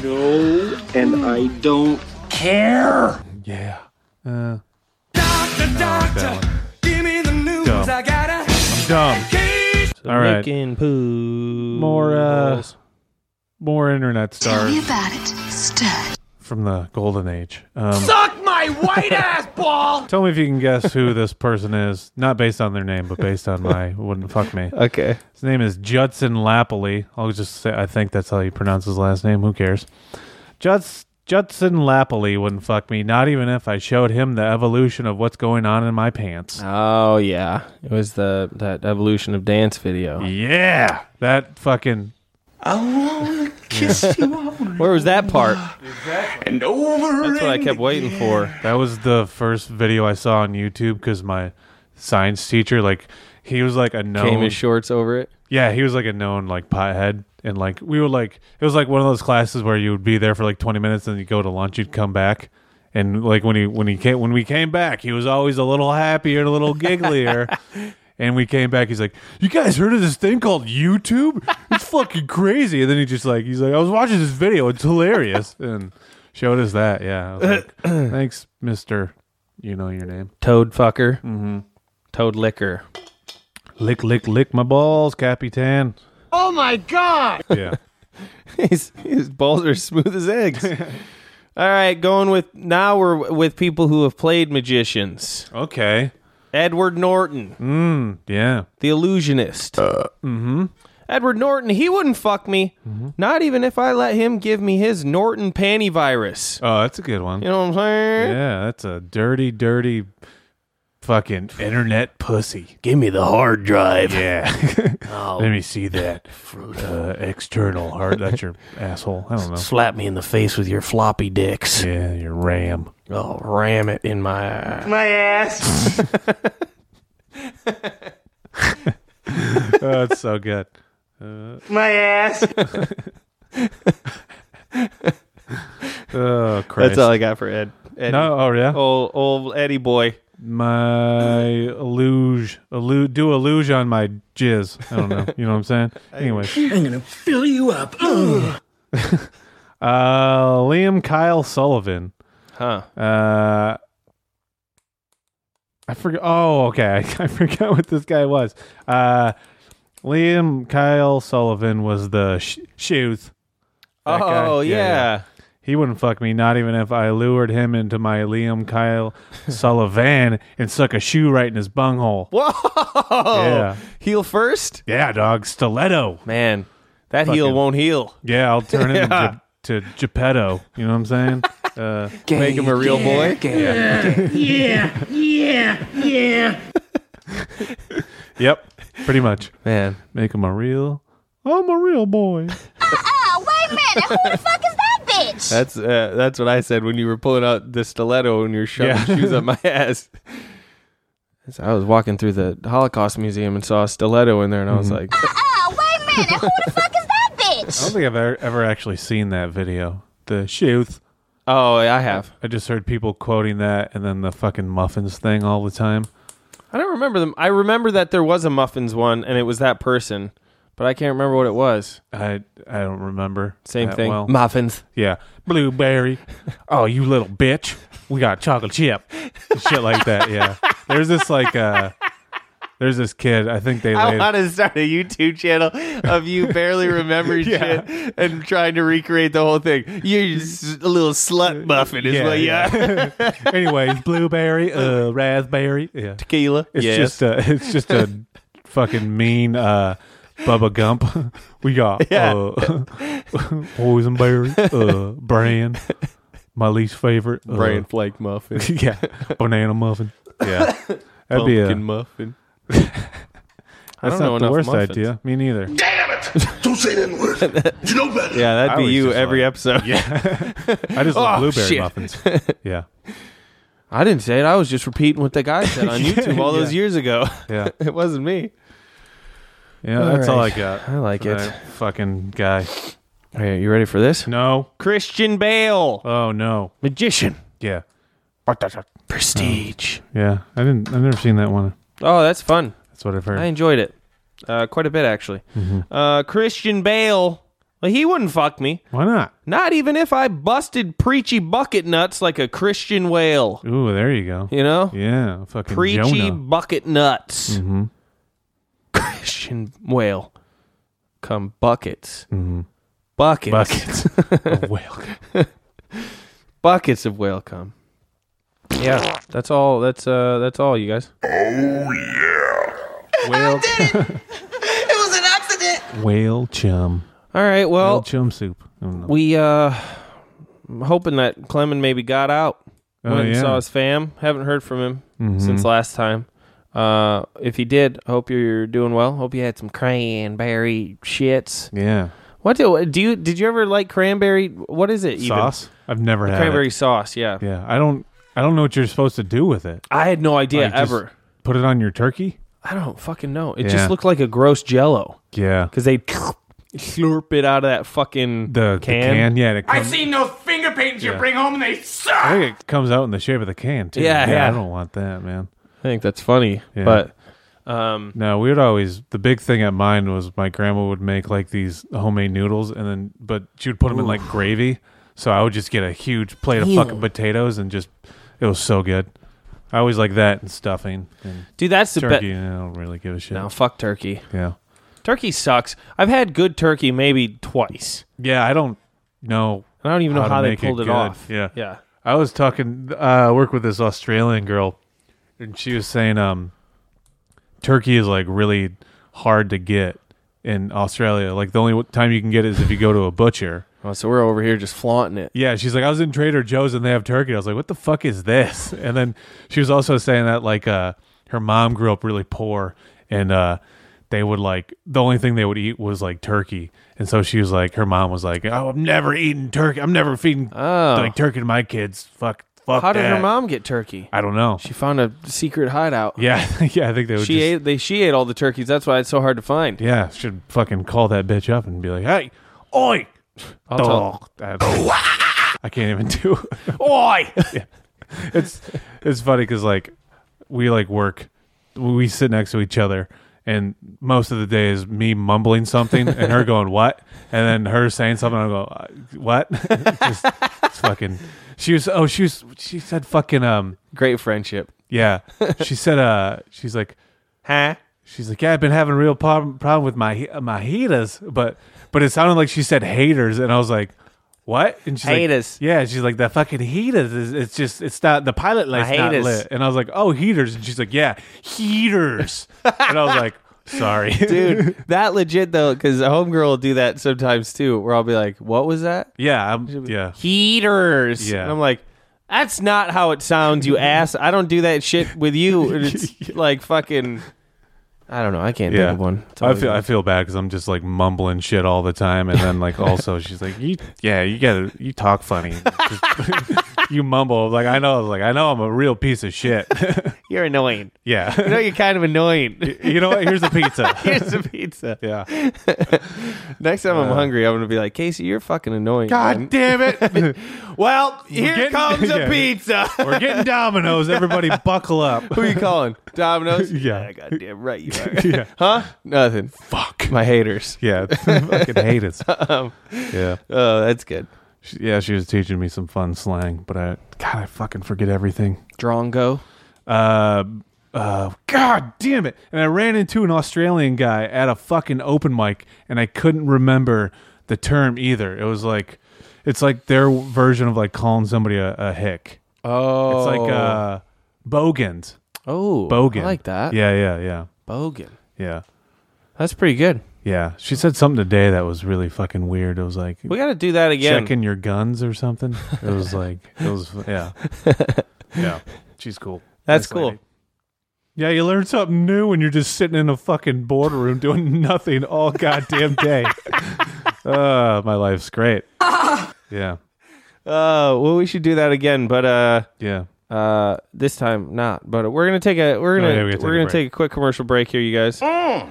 E: And I don't care.
B: Yeah. Uh,
C: Doctor,
B: that
C: doctor, give me the news.
B: Dumb.
C: I gotta
B: dumb.
C: keep.
B: All right.
A: Licking poo.
B: More, uh, more internet stars
G: about it, stud.
B: from the golden age. Um,
C: Suck my white ass ball.
B: tell me if you can guess who this person is. Not based on their name, but based on my wouldn't fuck me.
A: Okay.
B: His name is Judson Lappley. I'll just say I think that's how you pronounce his last name. Who cares? Juds, Judson Lappley wouldn't fuck me, not even if I showed him the evolution of what's going on in my pants.
A: Oh yeah, it was the that evolution of dance
B: Oh
A: video.
B: Yeah, that fucking
A: Where was that part?
E: And over.
A: That's what I kept waiting for.
B: that was the first video I saw on YouTube because my science teacher like he was like a
A: Came
B: known
A: his shorts over it.
B: yeah he was like a known like pothead and like we were like it was like one of those classes where you would be there for like 20 minutes and you go to lunch you'd come back and like when he when he came when we came back he was always a little happier and a little gigglier and we came back he's like you guys heard of this thing called youtube it's fucking crazy and then he just like he's like i was watching this video it's hilarious and showed us that yeah I was like, thanks mr you know your name
A: Toad fucker. Mm-hmm. Toad liquor.
B: lick lick lick my balls capitan oh my god yeah
A: his, his balls are smooth as eggs. All right, going with now we're with people who have played magicians.
B: Okay.
A: Edward Norton,
B: Yeah.
A: the illusionist. mm-hmm. Edward Norton, he wouldn't fuck me, not even if I let him give me his Norton panty virus.
B: Oh, that's a good one.
A: You know what I'm saying?
B: Yeah, that's a dirty, dirty fucking internet pussy.
A: Give me the hard drive. Oh.
B: Yeah. Let me see that. Uh, external hard. That's your asshole. I don't know.
A: Slap me in the face with your floppy dicks.
B: Yeah, your RAM.
A: I'll ram it in my
E: My ass.
B: Oh, that's so good. Uh,
E: My ass.
B: Oh, Christ.
A: That's all I got for Ed. Eddie.
B: no, oh, yeah.
A: Old, old Eddie boy.
B: My illuge. Illu- do illuge on my jizz. I don't know. You know what I'm saying? Anyway.
C: I'm gonna fill you up.
B: Uh, Liam Kyle Sullivan.
A: Huh.
B: Uh, I forgot. Oh, okay. I, forgot what this guy was. Uh, Liam Kyle Sullivan was the sh- shoes. That guy?
A: Oh,
B: Yeah,
A: yeah.
B: He wouldn't fuck me, not even if I lured him into my Liam Kyle Sullivan and stuck a shoe right in his bunghole.
A: Whoa.
B: Yeah.
A: Heel first?
B: Yeah, dog. Stiletto.
A: Man, that heel
B: Fucking-
A: won't heal.
B: Yeah, I'll turn him
A: Yeah.
B: to, to Geppetto. You know what I'm saying? Uh,
A: Make him a real boy.
B: yep. Pretty much.
A: Man.
B: Make him a real. I'm a real boy.
G: Uh-uh, wait a minute. Who the fuck is that bitch?
A: That's uh, that's what I said when you were pulling out the stiletto and you're shoving
B: Yeah.
A: shoes up my ass. So I was walking through the Holocaust Museum and saw a stiletto in there, and I was like,
G: Uh-uh, wait a minute. Who the fuck is that
B: I
G: bitch?
B: don't think I've ever, ever actually seen that video. The shooth.
A: "Oh, I have.
B: I just heard people quoting that and then the fucking muffins thing all the time.
A: I don't remember them. I remember that there was a muffins one, and it was that person, but I can't remember what it was.
B: I I don't remember.
A: Same
B: that
A: thing.
B: well.
A: Muffins.
B: yeah. Blueberry. oh, you little bitch. We got chocolate chip. Shit like that, yeah. There's this like uh there's this kid, I think they
A: I
B: laid
A: want to start a YouTube channel of you barely remembering
B: Yeah.
A: shit and trying to recreate the whole thing. You're just a little slut muffin, is what you are.
B: Anyways, blueberry, uh raspberry. Yeah.
A: Tequila.
B: It's just a it's just a fucking mean uh Bubba Gump. We got
A: Yeah.
B: uh Boysenberry, uh Bran, my least favorite. uh,
A: brain flake muffin.
B: yeah. Banana muffin. Yeah. That'd be a,
A: muffin. I don't know
B: That's not the
A: enough
B: worst
A: muffins.
B: idea. Me neither.
K: Damn it! Don't say that word. You know better.
A: Yeah, that'd
B: I
A: be
B: was
A: you
B: just
A: every
B: like-
A: episode.
B: Yeah. I just love
A: Oh,
B: blueberry
A: shit.
B: muffins. Yeah.
A: I didn't say it. I was just repeating what the guy said on
B: Yeah,
A: YouTube all those
B: yeah.
A: years ago.
B: Yeah.
A: it wasn't me.
B: Yeah,
A: All
B: that's all I
A: right.
B: got.
A: I like
B: for
A: it.
B: that Fucking guy.
A: Hey, you ready for this?
B: No.
A: Christian Bale,
B: Oh no.
A: magician,
B: Yeah.
A: prestige.
B: Yeah. I didn't I've never seen that one.
A: Oh, that's fun.
B: That's what I've
A: I
B: heard.
A: enjoyed it uh, quite a bit, actually.
B: Mm-hmm.
A: Uh, Christian Bale, well, he wouldn't fuck me.
B: Why not?
A: Not even if I busted preachy bucket nuts like a Christian whale.
B: Ooh, there you go.
A: You know?
B: Yeah. Fucking
A: preachy
B: Jonah.
A: bucket nuts.
B: Mm-hmm.
A: Christian whale. Come buckets.
B: Mhm.
A: Buckets.
B: Buckets. A whale.
A: Buckets of whale come. Yeah. That's all that's uh that's all you guys.
B: Whale
I: It was an accident.
B: whale chum.
A: All right,
B: Whale
A: well
B: chum soup. I don't know.
A: we uh I'm hoping that Clemen maybe got out.
B: Oh,
A: went and
B: yeah. Mm-hmm.
A: saw his fam. Haven't heard from him since last time. Uh if he did, hope you're doing well. Hope you had some cranberry shits.
B: yeah.
A: What do, do you did you ever like cranberry what is it even?
B: Sauce? I've never had it.
A: Cranberry sauce, yeah.
B: Yeah. I don't I don't know what you're supposed to do with it.
A: I had no idea
B: Like, just
A: ever.
B: Put it on your turkey?
A: I don't fucking know. It
B: Yeah.
A: just looked like a gross jello
B: Yeah.
A: because they slurp it out of that fucking
B: The the
A: can.
B: can, yeah. It
K: I
B: comes-
K: seen those finger paintings you
B: Yeah.
K: bring home, and they
B: I
K: suck.
B: think it comes out in the shape of the can too.
A: Yeah, yeah.
B: I don't want that, man.
A: I think that's funny,
B: Yeah.
A: but um,
B: No, we would always the big thing at mine was my grandma would make like these homemade noodles, and then but she would put them in like gravy. So I would just get a huge plate of fucking potatoes and just it was so good. I always like that and stuffing and
A: dude, that's the
B: turkey.
A: best.
B: and I don't really give a shit.
A: No, fuck turkey.
B: Yeah,
A: Turkey sucks. I've had good turkey maybe twice.
B: yeah. I don't know.
A: I don't even know
B: How
A: how,
B: to
A: they
B: make it
A: pulled it,
B: good.
A: off.
B: Yeah.
A: yeah.
B: I was talking. uh, I work with this Australian girl, and she was saying, um, turkey is like really hard to get in Australia. Like the only w- time you can get it is if you go to a butcher.
A: Well, Oh, so we're over here just flaunting it.
B: Yeah, she's like, I was in Trader Joe's and they have turkey. I was like, what the fuck is this? And then she was also saying that like uh, her mom grew up really poor and uh, they would like the only thing they would eat was like turkey. And so she was like, her mom was like, oh, I'm never eating turkey. I'm never feeding
A: Oh.
B: like turkey to my kids. Fuck, fuck.
A: How did her
B: that."
A: mom get turkey?
B: I don't know.
A: She found a secret hideout.
B: yeah, yeah. I think they would.
A: she
B: just,
A: ate. They she ate all the turkeys. That's why it's so hard to find.
B: Yeah, should fucking call that bitch up and be like, hey, oi,
A: I'll tell-
B: dog. I don't- I can't even do.
A: Oi!
B: it's it's funny because like we like work we sit next to each other and most of the day is me mumbling something and her going what and then her saying something i go "Uh, what Just- it's fucking she was oh she was she said fucking um
A: Great friendship.
B: yeah she said uh she's like
A: Huh?
B: she's like yeah i've been having a real problem, problem with my he- my haters but but it sounded like she said haters and i was like what and she's like,
A: Haters.
B: yeah she's like the fucking heaters is it's just it's not the pilot light's
A: My
B: not
A: haters.
B: lit and i was like oh heaters and she's like yeah heaters and i was like sorry
A: dude that legit though because homegirl will do that sometimes too where i'll be like what was that
B: yeah I'm, yeah
A: heaters
B: Yeah.
A: and i'm like that's not how it sounds you ass i don't do that shit with you And it's like fucking i don't know i can't think
B: yeah
A: of one It's
B: i
A: always-
B: feel i feel bad because i'm just like mumbling shit all the time and then like also she's like you yeah you gotta you talk funny Just- you mumble like i know I was like i know i'm a real piece of shit
A: you're annoying you
B: yeah
A: know you're kind of annoying
B: you know what here's the pizza
A: here's the pizza
B: yeah
A: next time i'm hungry i'm gonna be like casey you're fucking annoying man."
B: god damn it
A: well here
B: getting-
A: comes a
B: yeah.
A: pizza
B: we're getting dominoes everybody buckle up
A: who you calling domino's
B: Yeah.
A: goddamn right you are
B: yeah
A: huh nothing
B: fuck
A: my haters
B: Yeah, fucking hate it. yeah,
A: oh that's good
B: She- yeah. She was teaching me some fun slang, but I God, I fucking forget everything.
A: Drongo.
B: Uh, uh, God damn it! And I ran into an Australian guy at a fucking open mic, and I couldn't remember the term either. It was like, it's like their version of like calling somebody a, a hick.
A: Oh,
B: It's like uh, bogans.
A: oh,
B: Bogan.
A: I like that.
B: Yeah, yeah, yeah,
A: bogan.
B: yeah.
A: That's pretty good.
B: Yeah, she said something today that was really fucking weird. It was like,
A: We got to do that again.
B: checking your guns or something. It was like it was yeah, yeah. She's cool.
A: That's
B: Nice
A: cool.
B: lady. Yeah, you learn something new when you're just sitting in a fucking boardroom doing nothing all goddamn day. uh, my life's great. yeah.
A: Uh, well, we should do that again, but uh,
B: yeah.
A: Uh, this time not. But we're gonna take a we're gonna
B: Oh,
A: we are
B: yeah, we gotta take a
A: gonna
B: break.
A: take a quick commercial break here, you guys.
L: Mm.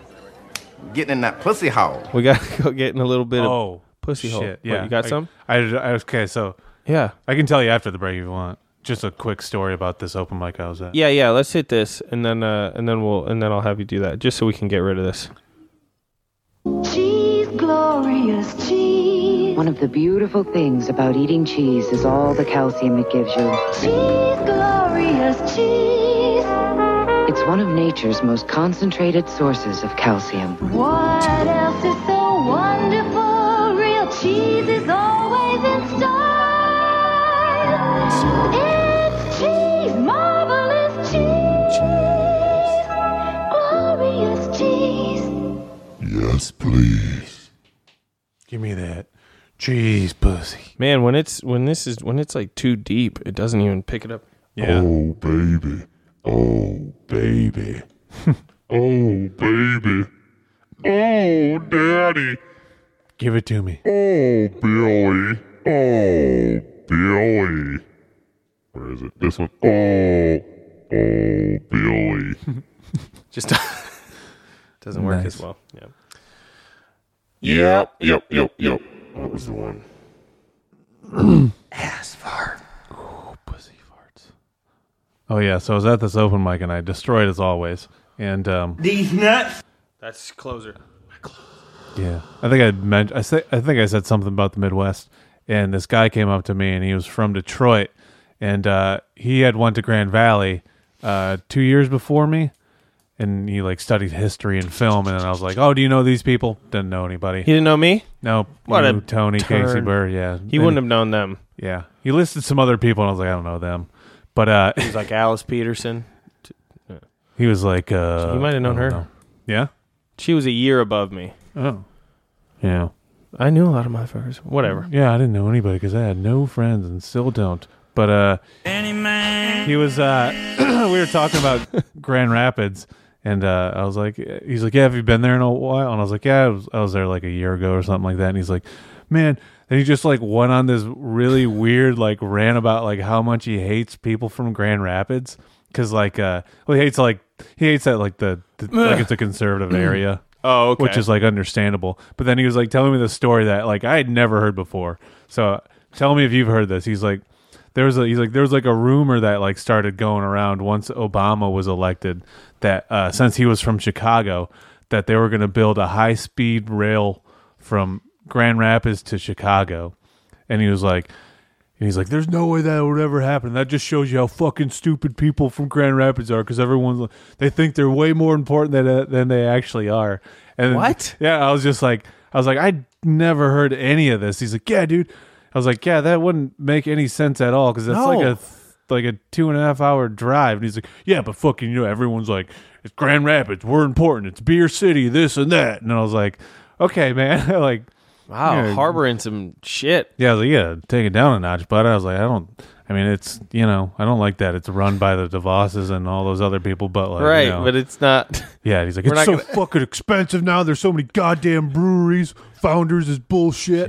L: Getting in that pussy hole.
A: We gotta go get in a little bit
B: Oh,
A: of pussy hole. What,
B: Shit, yeah.
A: you got
B: I-
A: some?
B: I, I- okay, so
A: Yeah.
B: I can tell you after the break if you want. Just a quick story about this open mic I was at.
A: Yeah, yeah. Let's hit this, and then uh, and then we'll and then I'll have you do that, just so we can get rid of this.
M: Cheese, glorious cheese. One of the beautiful things about eating cheese is all the calcium it gives you. Cheese, glorious cheese. It's one of nature's most concentrated sources of calcium.
G: What else is so wonderful? Real cheese is always in style. It's cheese, marvelous cheese. Glorious cheese.
B: Yes, please. Give me that. Jeez, pussy.
A: Man, when it's when this is when it's like too deep, it doesn't even pick it up.
K: Oh, baby. Oh, baby. oh, baby. Oh, daddy.
B: Give it to me.
K: Oh, Billy. Oh, Billy. Where is it? This one. Oh, oh, Billy.
A: Just doesn't work as well. Yeah.
K: Yep, yep, yep, yep. That was the one.
B: Oh, yeah. So I was at this open mic and I destroyed as always. And um,
A: These nuts. That's closer.
B: Yeah, I think I meant I say I think I said something about the Midwest, and this guy came up to me and he was from Detroit, and uh, he had went to Grand Valley uh, two years before me, and he like studied history and film, and then I was like, oh, do you know these people? Didn't know anybody.
A: He didn't know me.
B: No,
A: What a
B: knew Tony Casey
A: turn.
B: Burr. Yeah,
A: He wouldn't have known them.
B: Yeah, he listed some other people, and I was like, I don't know them, but uh,
A: He's like Alice Peterson.
B: he was like, uh,
A: you might have known
B: I
A: her.
B: don't know. Yeah.
A: She was a year above me.
B: Oh. Yeah.
A: I knew a lot of motherfuckers. Whatever.
B: Yeah, I didn't know anybody because I had no friends and still don't. But uh, he was. Uh, we were talking about Grand Rapids, and uh, I was like, he's like, yeah, have you been there in a while? And I was like, yeah, I was, I was there like a year ago or something like that. And he's like, man. And he just like went on this really weird like rant about like how much he hates people from Grand Rapids because like uh, well he hates like he hates that like the, the like it's a conservative area.
A: Oh, okay.
B: Which is like understandable. But then he was like telling me the story that like I had never heard before. So tell me if you've heard this. He's like there was a he's like there was like a rumor that like started going around once Obama was elected that uh, since he was from Chicago that they were going to build a high speed rail from Grand Rapids to Chicago. And he was like and he's like, "There's no way that would ever happen." That just shows you how fucking stupid people from Grand Rapids are, because everyone's like- they think they're way more important than uh, than they actually are. And
A: What?
B: Yeah, I was just like, I was like, I never heard any of this. He's like, "Yeah, dude." I was like, "Yeah, that wouldn't make any sense at all, because that's like
A: No.
B: a th- like a two and a half hour drive." And he's like, "Yeah, but fucking, you know, everyone's like, it's Grand Rapids, we're important, it's Beer City, this and that." And I was like, "Okay, man, like."
A: Wow,
B: yeah,
A: harboring some shit.
B: yeah, I was like, yeah, take it down a notch. But I was like, I don't. I mean, it's you know, I don't like that. It's run by the DeVosses and all those other people. But like, you
A: right,
B: know.
A: but it's not.
B: yeah, he's like,
A: We're not
B: it's so
A: gonna-
B: fucking expensive now. There's so many goddamn breweries. Founders is bullshit.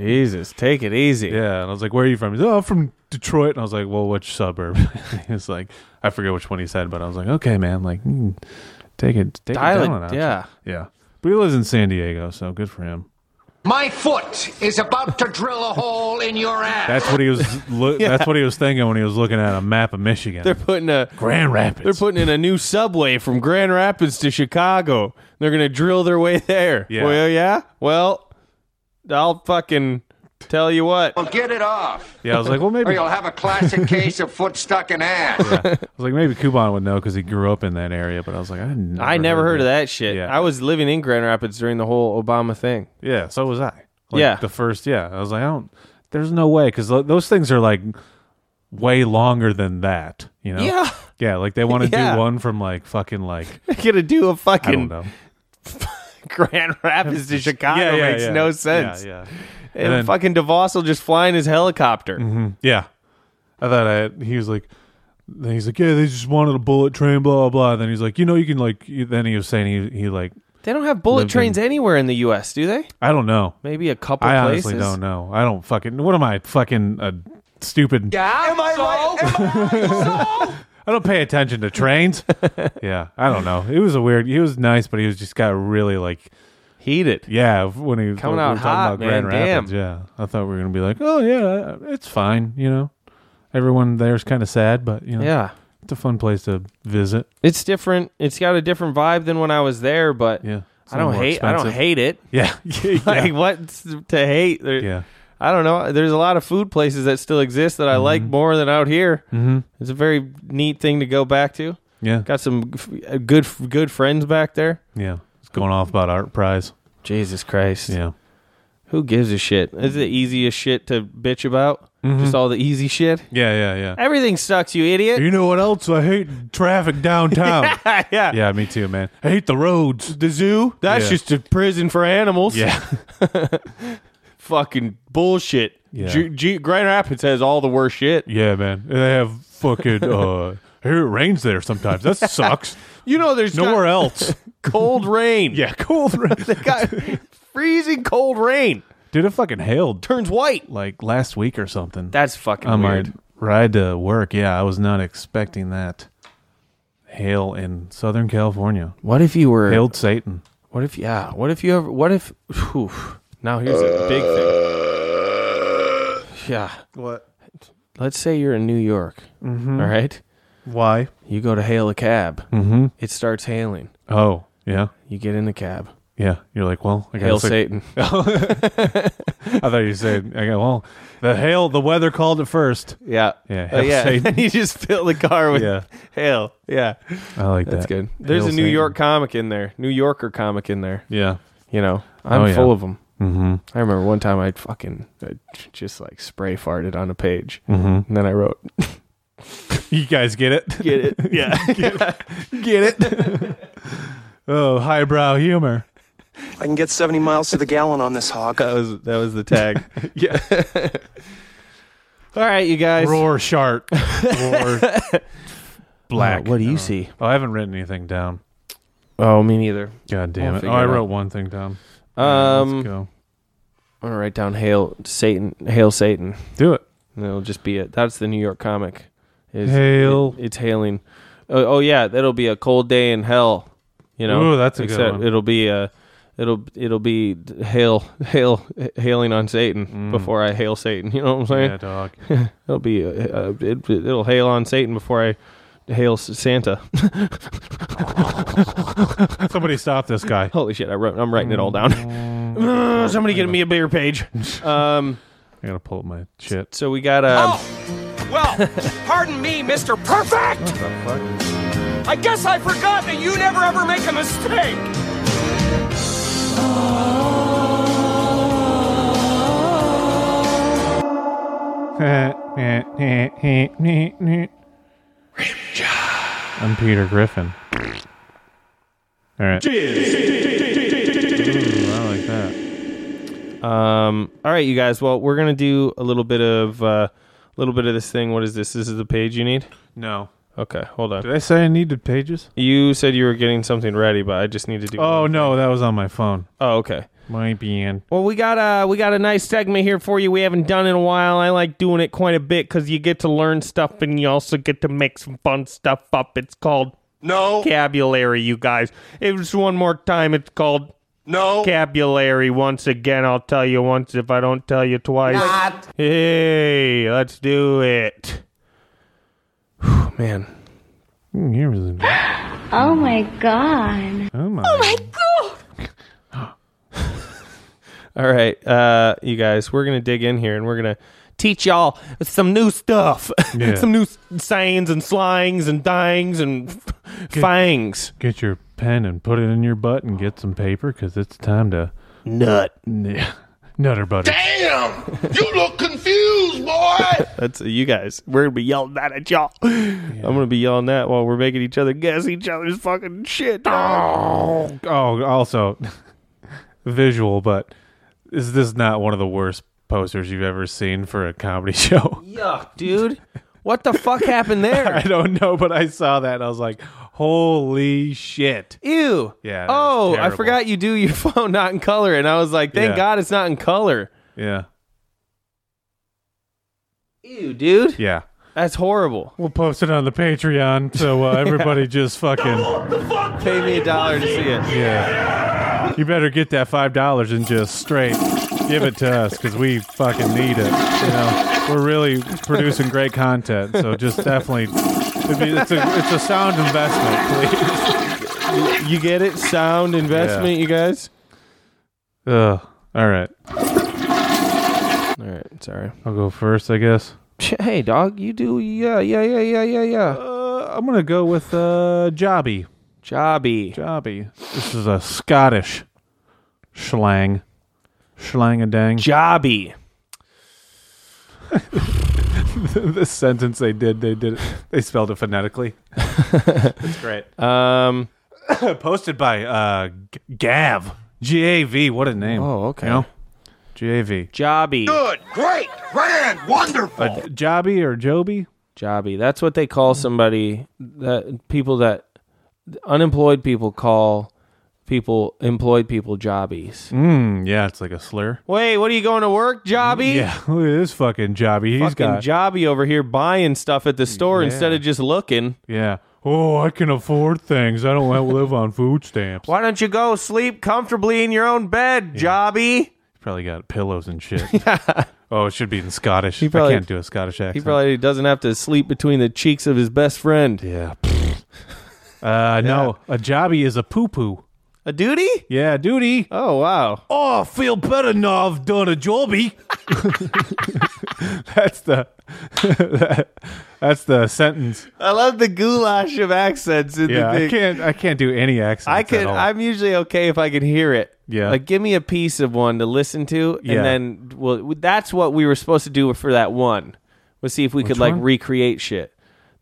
A: Jesus, take it easy.
B: Yeah, and I was like, where are you from? He's oh, I'm from Detroit. And I was like, well, which suburb? He's like, I forget which one he said, but I was like, okay, man, like, mm, take it, take
N: Dial
B: it
N: it-
B: down a notch.
N: yeah.
B: yeah. But he lives in San Diego, so good for him.
N: My foot is about to drill a hole in your ass.
B: That's what he was. Lo-
N: Yeah.
B: That's what he was thinking when he was looking at a map of Michigan.
A: They're putting a
B: Grand Rapids.
A: They're putting in a new subway from Grand Rapids to Chicago. They're gonna drill their way there.
B: Yeah.
A: Well, yeah. Well, I'll fucking tell you what.
N: Well, get it off.
B: Yeah, I was like, well, maybe.
N: Or you'll have Ah, a classic case of foot stuck in ass.
B: I was like, maybe Kuban would know because he grew up in that area. But I was like, I never,
A: I never heard of that shit. I was living in Grand Rapids during the whole Obama thing.
B: Yeah, so was I. Like,
A: Yeah.
B: the first. Yeah, I was like, I don't. There's no way because those things are like way longer than that. You know.
A: Yeah.
B: Yeah, like they want to
A: Yeah.
B: do one from like fucking like
A: They're gonna do a
B: I don't
A: fucking
B: know.
A: Grand Rapids to Chicago
B: Yeah, yeah,
A: makes
B: yeah.
A: no
B: Yeah,
A: sense.
B: yeah.
A: And,
B: And then- Mm-hmm.
A: fucking DeVos will just fly in his helicopter.
B: Yeah, I thought I. He was like, then he's like, yeah, they just wanted a bullet train, blah blah blah. Then he's like, you know, you can like. you- Then he was saying he he like.
A: They don't have bullet
B: lived in-
A: trains anywhere in the U.S., do they?
B: I don't know.
A: Maybe a couple
B: I
A: places.
B: honestly don't know. I don't fucking. What am I fucking a stupid?
N: Yeah. Am I right?
B: I don't pay attention to trains. yeah, I don't know. It was a weird. He was nice, but he was just got really like
A: heated.
B: Yeah, when he was
A: Coming
B: when
A: out
B: we were talking
A: hot,
B: about Grand
A: man, damn.
B: Rapids. Yeah, I thought we were gonna be like, oh yeah, it's fine. You know, everyone there's kind of sad, but you know,
A: Yeah.
B: it's a fun place to visit.
A: It's different. It's got a different vibe than when I was there, but yeah,
B: It's
A: I
B: a
A: don't
B: little more
A: hate. I don't
B: expensive.
A: hate it.
B: Yeah.
A: like what's to hate? There,
B: Yeah.
A: I don't know. There's a lot of food places that still exist that I
B: Mm-hmm.
A: like more than out here.
B: Mhm.
A: It's a very neat thing to go back to.
B: Yeah.
A: got some f- good good friends back there.
B: Yeah, it's going off about art prize.
A: Jesus Christ.
B: Yeah.
A: Who gives a shit? It's the easiest shit to bitch about.
B: Mm-hmm.
A: Just all the easy shit.
B: Yeah, yeah, yeah.
A: Everything sucks, you idiot.
B: You know what else? I hate traffic downtown.
A: yeah, yeah.
B: Yeah, me too, man. I hate the roads.
A: The zoo? That's
B: Yeah.
A: just a prison for animals.
B: Yeah.
A: Fucking bullshit.
B: Yeah.
A: G- G- Grand Rapids has all the worst shit.
B: Yeah, man. They have fucking. uh Here it rains there sometimes. That sucks.
A: You know, there's
B: Nowhere
A: got-
B: else.
A: cold rain.
B: uh, yeah, cold rain.
A: they got freezing cold rain.
B: Dude, it fucking hailed
A: turns white
B: like last week or something.
A: That's fucking
B: on
A: weird.
B: my ride to work. Yeah, I was not expecting that hail in Southern California.
A: What if you were
B: hailed Satan?
A: What if yeah? What if you ever? What if? Whew, now here's a big thing. Yeah.
B: What?
A: Let's say you're in New York.
B: Mhm.
A: all right.
B: Why?
A: You go to hail a cab.
B: Mhm.
A: It starts hailing.
B: Oh, yeah.
A: You get in the cab.
B: Yeah, you're like, well, I gotta
A: Hail
B: say-
A: Satan.
B: I thought you said, I go, well, the hail, the weather called it first.
A: Yeah,
B: yeah,
A: Oh,
B: hail
A: yeah.
B: Satan.
A: you just fill the car with
B: Yeah.
A: hail. Yeah.
B: I like
A: That's
B: that.
A: good. There's
B: Hail
A: a New
B: Satan.
A: York comic in there. New Yorker comic in there.
B: Yeah.
A: You know, I'm
B: Oh, yeah.
A: full of them.
B: Mhm.
A: I remember one time I fucking I just like spray farted on a page.
B: Mhm.
A: And then I wrote,
B: You guys get it?
A: Get it. Yeah.
B: get it. oh, highbrow humor.
E: I can get 70 miles to the gallon on this hog.
A: That was that was the tag. yeah. All right, you guys.
B: Roar shark. Roar black.
A: Wow, what do you see?
B: Oh, I haven't written anything down.
A: Oh, me neither.
B: God damn
A: I'll
B: it. Oh,
A: figure
B: I
A: it out.
B: wrote one thing down. All right,
A: Um,
B: let's go.
A: I'm gonna write down "Hail Satan, Hail Satan."
B: Do it.
A: And it'll just be it. That's the New York comic. Is
B: Hail.
A: it- it's hailing. Oh, oh yeah, that'll be a cold day in hell. You know.
B: Ooh, that's a good
A: Except
B: one.
A: It'll be a. It'll it'll be hail hail hailing on Satan before I hail Satan. You know what I'm saying?
B: Mm. Yeah, dog.
A: it'll be uh, uh, it, it'll hail on Satan before I hail S- Santa.
B: Somebody stop this guy.
A: Holy shit! I wrote, I'm writing it all down. Uh, Somebody give me a bigger page. Um,
B: I gotta pull up my shit.
A: so we got um,
C: Well, pardon me, Mr. Perfect! I guess I forgot that you never ever make a mistake!
B: I'm Peter Griffin. All right. Ooh, I like that.
A: um. All right, you guys. Well, we're gonna do a little bit of uh, a little bit of this thing. What is this? This is the page you need.
B: No.
A: Okay, hold on.
B: Did I say I needed pages?
A: You said you were getting something ready, but I just need to do.
B: Oh no, that was on my phone.
A: Oh, okay.
B: Might be in.
A: Well, we got a we got a nice segment here for you. We haven't done in a while. I like doing it quite a bit because you get to learn stuff and you also get to make some fun stuff up. It's called
E: No.
A: vocabulary, you guys. It was one more time. It's called
E: No.
A: vocabulary. Once again, I'll tell you once if I don't tell you twice. Hey, let's do it. Whew, man,
B: Hmm, Here was a-
G: Oh my god.
B: Oh my.
G: god.
A: All right, uh, you guys, we're gonna dig in here and we're gonna teach y'all some new stuff,
B: Yeah.
A: some new s- sayings and slangs and dings and f- fangs.
B: Get your pen and put it in your butt and get some paper because it's time to
A: Nut.
B: Yeah. nutter butter.
N: Damn! You look confused, boy!
A: That's you guys. We're gonna be yelling that at y'all. I'm gonna be yelling that while we're making each other guess each other's fucking shit.
B: Oh, oh, also visual, but is this not one of the worst posters you've ever seen for a comedy show?
A: Yuck, dude. What the fuck happened there?
B: I don't know, but I saw that and I was like, holy shit.
A: Ew.
B: Yeah. that was
A: Oh, I
B: terrible.
A: forgot you do your phone not in color, and I was like, thank
B: Yeah.
A: God it's not in color.
B: Yeah.
A: Ew, dude.
B: Yeah.
A: That's horrible.
B: We'll post it on the Patreon so uh, everybody just fucking.
A: Pay me a dollar to see it.
B: Yeah. You better get that $5 and just straight give it to us because we fucking need it. You know, we're really producing great content. So just definitely, it'd be, it's, a, it's a sound investment, please.
A: You get it? Sound investment, you guys?
B: Ugh. All right.
A: All right. Sorry.
B: I'll go first, I guess.
A: Hey, dog. You do. Yeah, yeah, yeah, yeah, yeah, yeah.
B: Uh, I'm going to go with uh, Jobby.
A: Jobby.
B: Jobby. This is a Scottish slang. Schlang a dang.
A: Jobby.
B: the sentence they did, they did it. They spelled it phonetically. That's great.
A: Um,
B: Posted by uh, G- Gav. G A V. What a name. Oh, okay. You know? G A V.
A: Jobby.
N: Good, great, grand, wonderful.
B: Uh, Jobby or Joby?
A: Jobby. That's what they call somebody that people that unemployed people call people employed people jobbies.
B: Mm, yeah, it's like a slur.
A: Wait, what are you going to work, Jobby?
B: Yeah, look at this fucking Jobby. He's
A: Fucking
B: got.
A: Jobby over here buying stuff at the store instead of just looking.
B: yeah. Oh, I can afford things. I don't want to live on food stamps.
A: Why don't you go sleep comfortably in your own bed, Jobby?
B: Probably got pillows and shit. Oh, it should be in Scottish.
A: He probably-
B: I can't do a Scottish accent.
A: He probably doesn't have to sleep between the cheeks of his best friend.
B: Yeah. uh, no, a Jobby is a poo poo.
A: A duty?
B: Yeah, duty.
A: Oh wow.
B: Oh, I feel better now I've done a jobby. that's the that's the sentence.
A: I love the goulash of accents in the
B: Yeah, I
A: thing.
B: can't I can't do any accents.
A: I
B: at
A: can.
B: all.
A: I'm usually okay if I can hear it.
B: Yeah.
A: Like, give me a piece of one to listen to, and
B: Yeah.
A: then well, that's what we were supposed to do for that one. Was see if we could like
B: one?
A: recreate shit.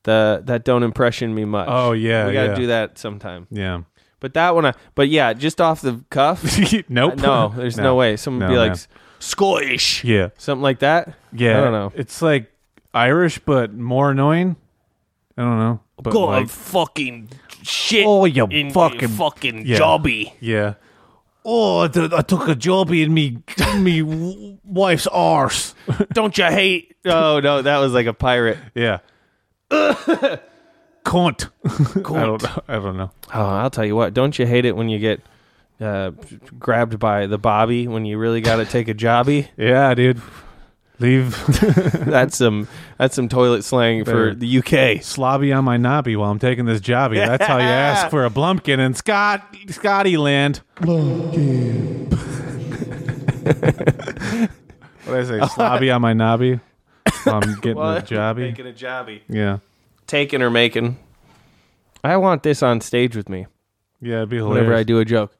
A: The that don't impression me much.
B: Oh, yeah,
A: we gotta
B: yeah.
A: do that sometime.
B: yeah.
A: But that one, I, but yeah, just off the cuff.
B: nope.
A: no, there's no,
B: No.
A: way. Someone would
B: No,
A: be like
B: man.
A: Scottish,
B: Yeah.
A: something like that.
B: Yeah.
A: I don't know.
B: It's like Irish but more annoying. I don't know. But
A: God,
B: like-
A: fucking shit.
B: Oh, you fucking-
A: fucking
B: Yeah.
A: jobby.
B: yeah. Oh, I, t- I took a jobby in me me w- wife's arse.
A: Don't you hate? Oh no, that was like a pirate.
B: Yeah. Cunt. I don't know. I don't know.
A: Oh, I'll tell you what. Don't you hate it when you get uh, grabbed by the bobby when you really got to take a jobby?
B: Yeah, dude. Leave
A: that's some that's some toilet slang for
B: Better.
A: the UK.
B: slobby on my knobby while I'm taking this jobby. That's how you ask for a blumpkin in Scott Scotty land. what did I say? Slobby on my knobby while I'm getting the jobby.
A: Taking a jobby.
B: Yeah.
A: Taking or making. I want this on stage with me
B: Yeah, it'd be hilarious.
A: whenever I do a joke.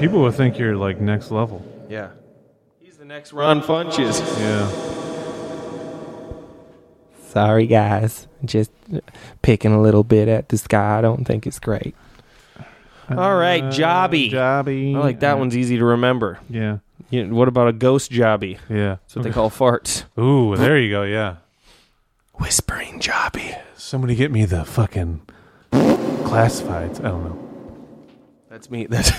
B: People will think you're like next level.
A: Yeah. He's the next Ron Funches.
B: Yeah.
O: Sorry, guys. Just picking a little bit at the sky. I don't think it's great.
A: All right, jobby.
B: Uh, Jobby.
A: I like that one's easy to remember.
B: Yeah.
A: You- what about a ghost jobby?
B: Yeah.
A: That's what they call farts.
B: Ooh, there you go. Yeah.
A: Whispering jobby.
B: Somebody get me the fucking classifieds. I don't know.
A: That's me. That's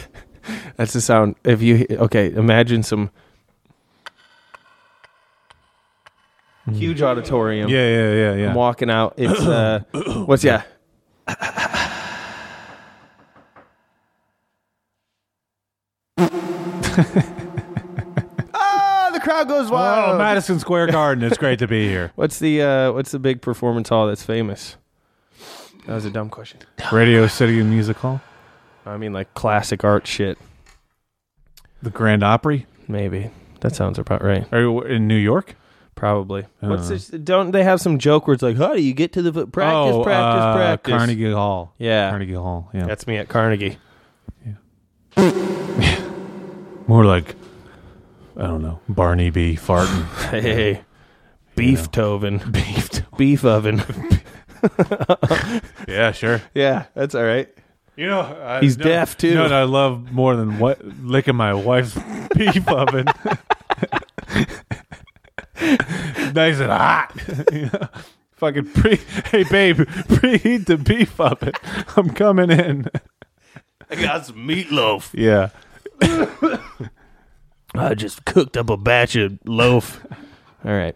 A: that's the sound. If you okay, imagine some huge auditorium.
B: Hmm. Yeah, yeah, yeah, yeah.
A: I'm walking out. It's uh, what's yeah? ah, the crowd goes wild.
B: Oh, Madison Square Garden. It's great to be here.
A: What's the uh, what's the big performance hall that's famous? That was a dumb question.
B: Radio City Music Hall.
A: I mean, like classic art shit.
B: The Grand Opry.
A: Maybe that sounds about right.
B: Are you in New York?
A: Probably.
B: don't
A: What's
B: know.
A: this? Don't they have some joke where it's like, "How do you get to the foot? Practice,
B: oh,
A: practice,
B: uh,
A: practice."
B: Carnegie Hall.
A: Yeah.
B: Carnegie Hall. Yeah.
A: That's me at Carnegie.
B: More like, I don't know, Barney B. Farton.
A: Hey, beef toven, beef, beef oven.
B: yeah, sure.
A: yeah, that's all right.
B: You know, I,
A: He's
B: no-
A: deaf, too.
B: You know what I love more than what licking my wife's beef oven. nice and hot. You know? Fucking pre. Hey babe, preheat the beef oven. I'm coming in.
A: I got some meatloaf.
B: Yeah.
A: I just cooked up a batch of loaf. All right.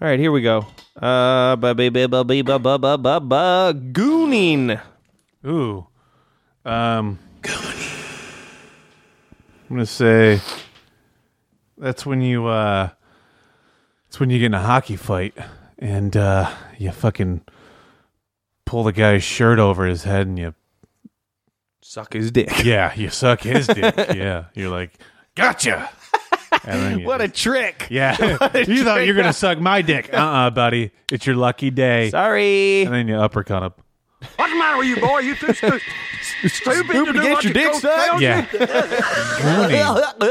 A: All right, here we go. Uh ba ba ba ba ba ba ba ba ba gooning.
B: Ooh. Um I'm gonna say that's when you uh that's when you get in a hockey fight and uh you fucking pull the guy's shirt over his head and you
A: Suck his dick.
B: Yeah, you suck his dick. yeah. You're like, gotcha. And then you-
A: What a trick.
B: yeah.
A: What a
B: you thought
A: trick.
B: you were gonna suck my dick. Uh uh buddy. It's your lucky day.
A: Sorry.
B: And then you uppercut him.
C: What's the matter with you, boy? You too stu- stupid to
A: Stupid to
C: do
A: get
C: what
A: your
C: your
A: dick
C: coach
A: sucked?
C: tells
B: Yeah.
C: you?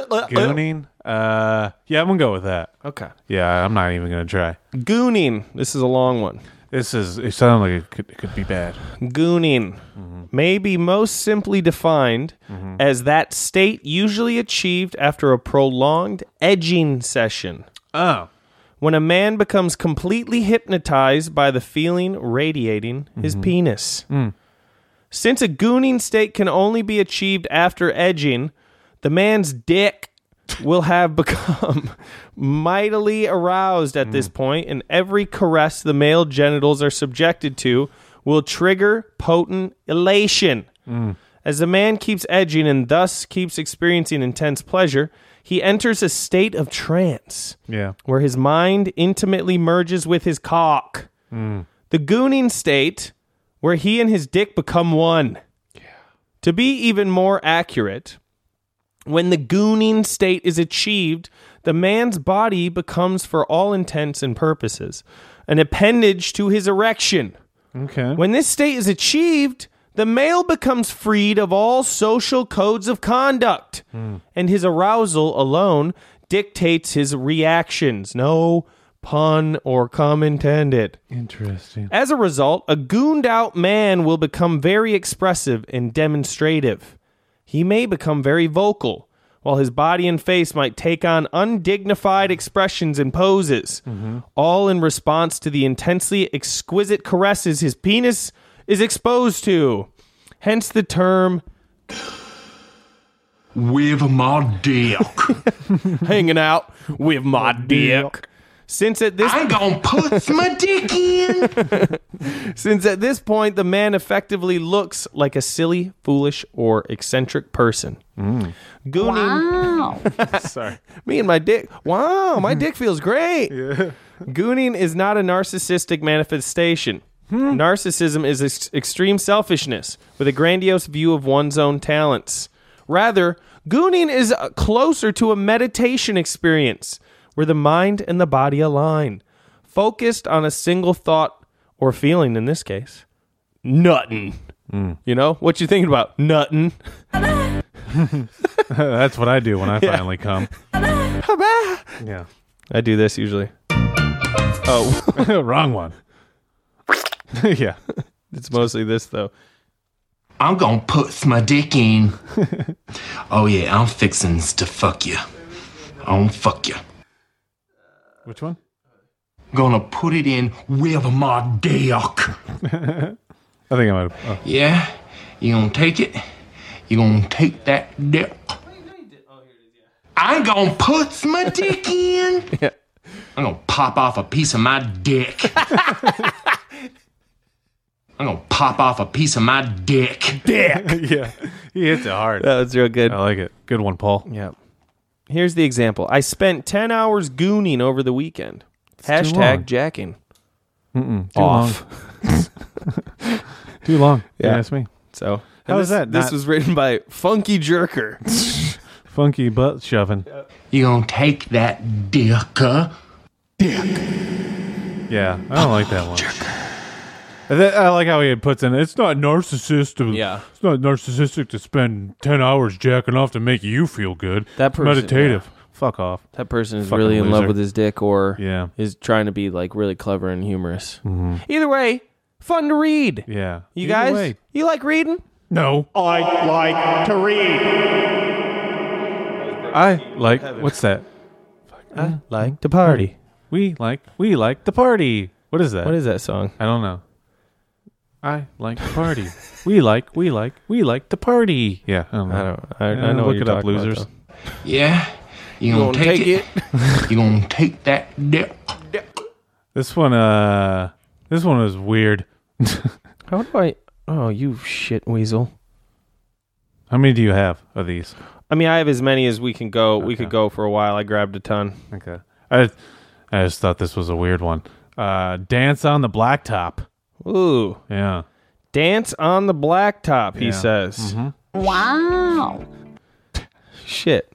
B: Gooning. Gooning. Uh yeah, I'm gonna go with that.
A: Okay.
B: Yeah, I'm not even gonna try.
A: Gooning. This is a long one.
B: This is it sounds like it could, it could be bad.
A: Gooning
B: Mm-hmm.
A: may be most simply defined as that state usually achieved after a prolonged edging session.
B: Oh.
A: When a man becomes completely hypnotized by the feeling radiating his penis. Since a gooning state can only be achieved after edging, the man's dick will have become mightily aroused at this point, and every caress the male genitals are subjected to will trigger potent elation. As the man keeps edging and thus keeps experiencing intense pleasure, he enters a state of trance
B: Yeah.
A: where his mind intimately merges with his cock. The gooning state, where he and his dick become one. To be even more accurate, when the gooning state is achieved, the man's body becomes, for all intents and purposes, an appendage to his erection.
B: Okay.
A: When this state is achieved, the male becomes freed of all social codes of conduct, and his arousal alone dictates his reactions. No pun or come intended.
B: Interesting.
A: As a result, a gooned out man will become very expressive and demonstrative. He may become very vocal, while his body and face might take on undignified expressions and poses, all in response to the intensely exquisite caresses his penis is exposed to. Hence the term
C: With my dick.
A: hanging out with my dick. Since at this
C: I'm gonna put my dick in.
A: Since at this point, the man effectively looks like a silly, foolish, or eccentric person. Gooning.
G: Wow.
B: Sorry.
A: Mm. Me and my dick. Wow, my dick feels great. Gooning is not a narcissistic manifestation. Narcissism is ex- extreme selfishness with a grandiose view of one's own talents. Rather, gooning is uh, closer to a meditation experience where the mind and the body align, focused on a single thought or feeling in this case. Nuttin'. You know, what you thinking about? Nuttin'.
B: That's what I do when I finally come. Yeah.
A: I do this usually. Oh,
B: Wrong one. yeah.
A: it's mostly this though.
C: I'm gonna put my dick in. oh yeah, I'm fixing to fuck you. I'm fuck you.
B: Which one?
C: Gonna put it in with my dick.
B: I think I might have. Oh.
C: Yeah, you gonna take it? You gonna take that dick? I'm gonna put my dick in. I'm gonna pop off a piece of my dick. I'm gonna pop off a piece of my dick.
A: Dick.
B: yeah. oh. He hits it hard.
A: That was real good.
B: I like it. Good one, Paul.
A: Oh, Yeah. Here's the example. I spent 10 hours gooning over the weekend.
B: long.
A: Hashtag jacking.
B: Mm-mm. Too
A: Off.
B: long. Too long.
A: Yeah.
B: Yeah, that's me.
A: So,
B: How
A: and
B: is
A: this-
B: that
A: This
B: not-
A: was written by Funky Jerker.
B: Funky butt shoving.
C: You gonna take that dick? Huh?
B: Yeah, I don't like that one. And that- I like how he puts in. It's not narcissistic.
A: Yeah.
B: it's not narcissistic to spend ten hours jacking off to make you feel good.
A: That person,
B: meditative. Fuck off.
A: That person is
B: Fucking
A: really in love
B: loser.
A: with his dick or
B: Yeah. Mm-hmm.
A: is trying to be like really clever and humorous. Either way, fun to read.
B: Yeah,
A: You
B: Either
A: guys,
B: way.
A: you like reading?
B: No,
D: I like to read.
B: I like. What's that?
A: I like to party.
B: We like we like the party. What is that?
A: What is that song?
B: I don't know. I like the party. we like we like we like the party. Yeah, I don't know.
A: I don't. I, I know. what
B: look
A: you're
B: it up,
A: talking about,
B: losers.
A: though.
N: Yeah, you gonna, take, it? you gonna take that dip?
B: This one, uh, this one was weird.
A: How do I? Oh, you shit weasel.
B: How many do you have of these?
A: I mean, I have as many as we can go. We could go for a while. I grabbed a ton.
B: Okay. I, I just thought this was a weird one. Uh, dance on the blacktop.
A: Ooh.
B: Yeah.
A: Dance on the blacktop, he
B: Yeah.
A: says. Mm-hmm.
G: Wow.
A: Shit.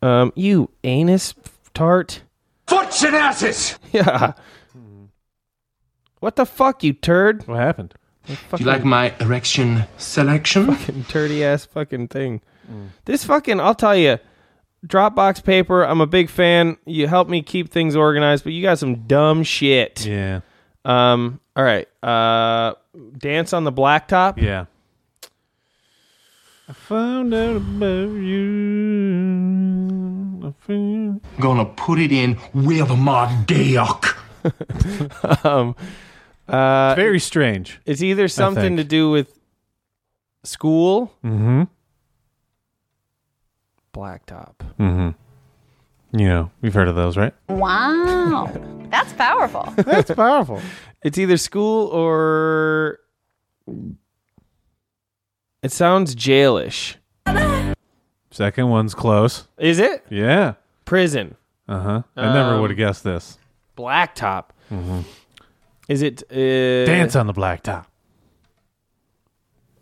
A: Um, you anus tart.
N: Fortune asses!
A: Yeah. Mm-hmm. What the fuck, you turd?
B: What happened?
N: Do you like my erection selection?
A: fucking turdy ass fucking thing.
B: Mm.
A: This fucking, I'll tell you, Dropbox paper. I'm a big fan. You help me keep things organized, but you got some dumb shit.
B: Yeah.
A: Um. All right. Uh, dance on the blacktop.
B: Yeah. I found out about you. I found-
N: Gonna put it in with my dick.
A: um, uh,
B: Very strange.
A: it's either something
B: think.
A: to do with school,
B: Mm-hmm.
A: blacktop.
B: Mm-hmm. You know, we've heard of those, right?
G: Wow. That's powerful.
B: That's powerful.
A: It's either school or it sounds jailish.
B: Second one's close.
A: Is it
B: Yeah.
A: prison
B: Uh huh. I never
A: Um,
B: would have guessed this.
A: blacktop? Is it uh,
B: Mm-hmm. Dance on the blacktop.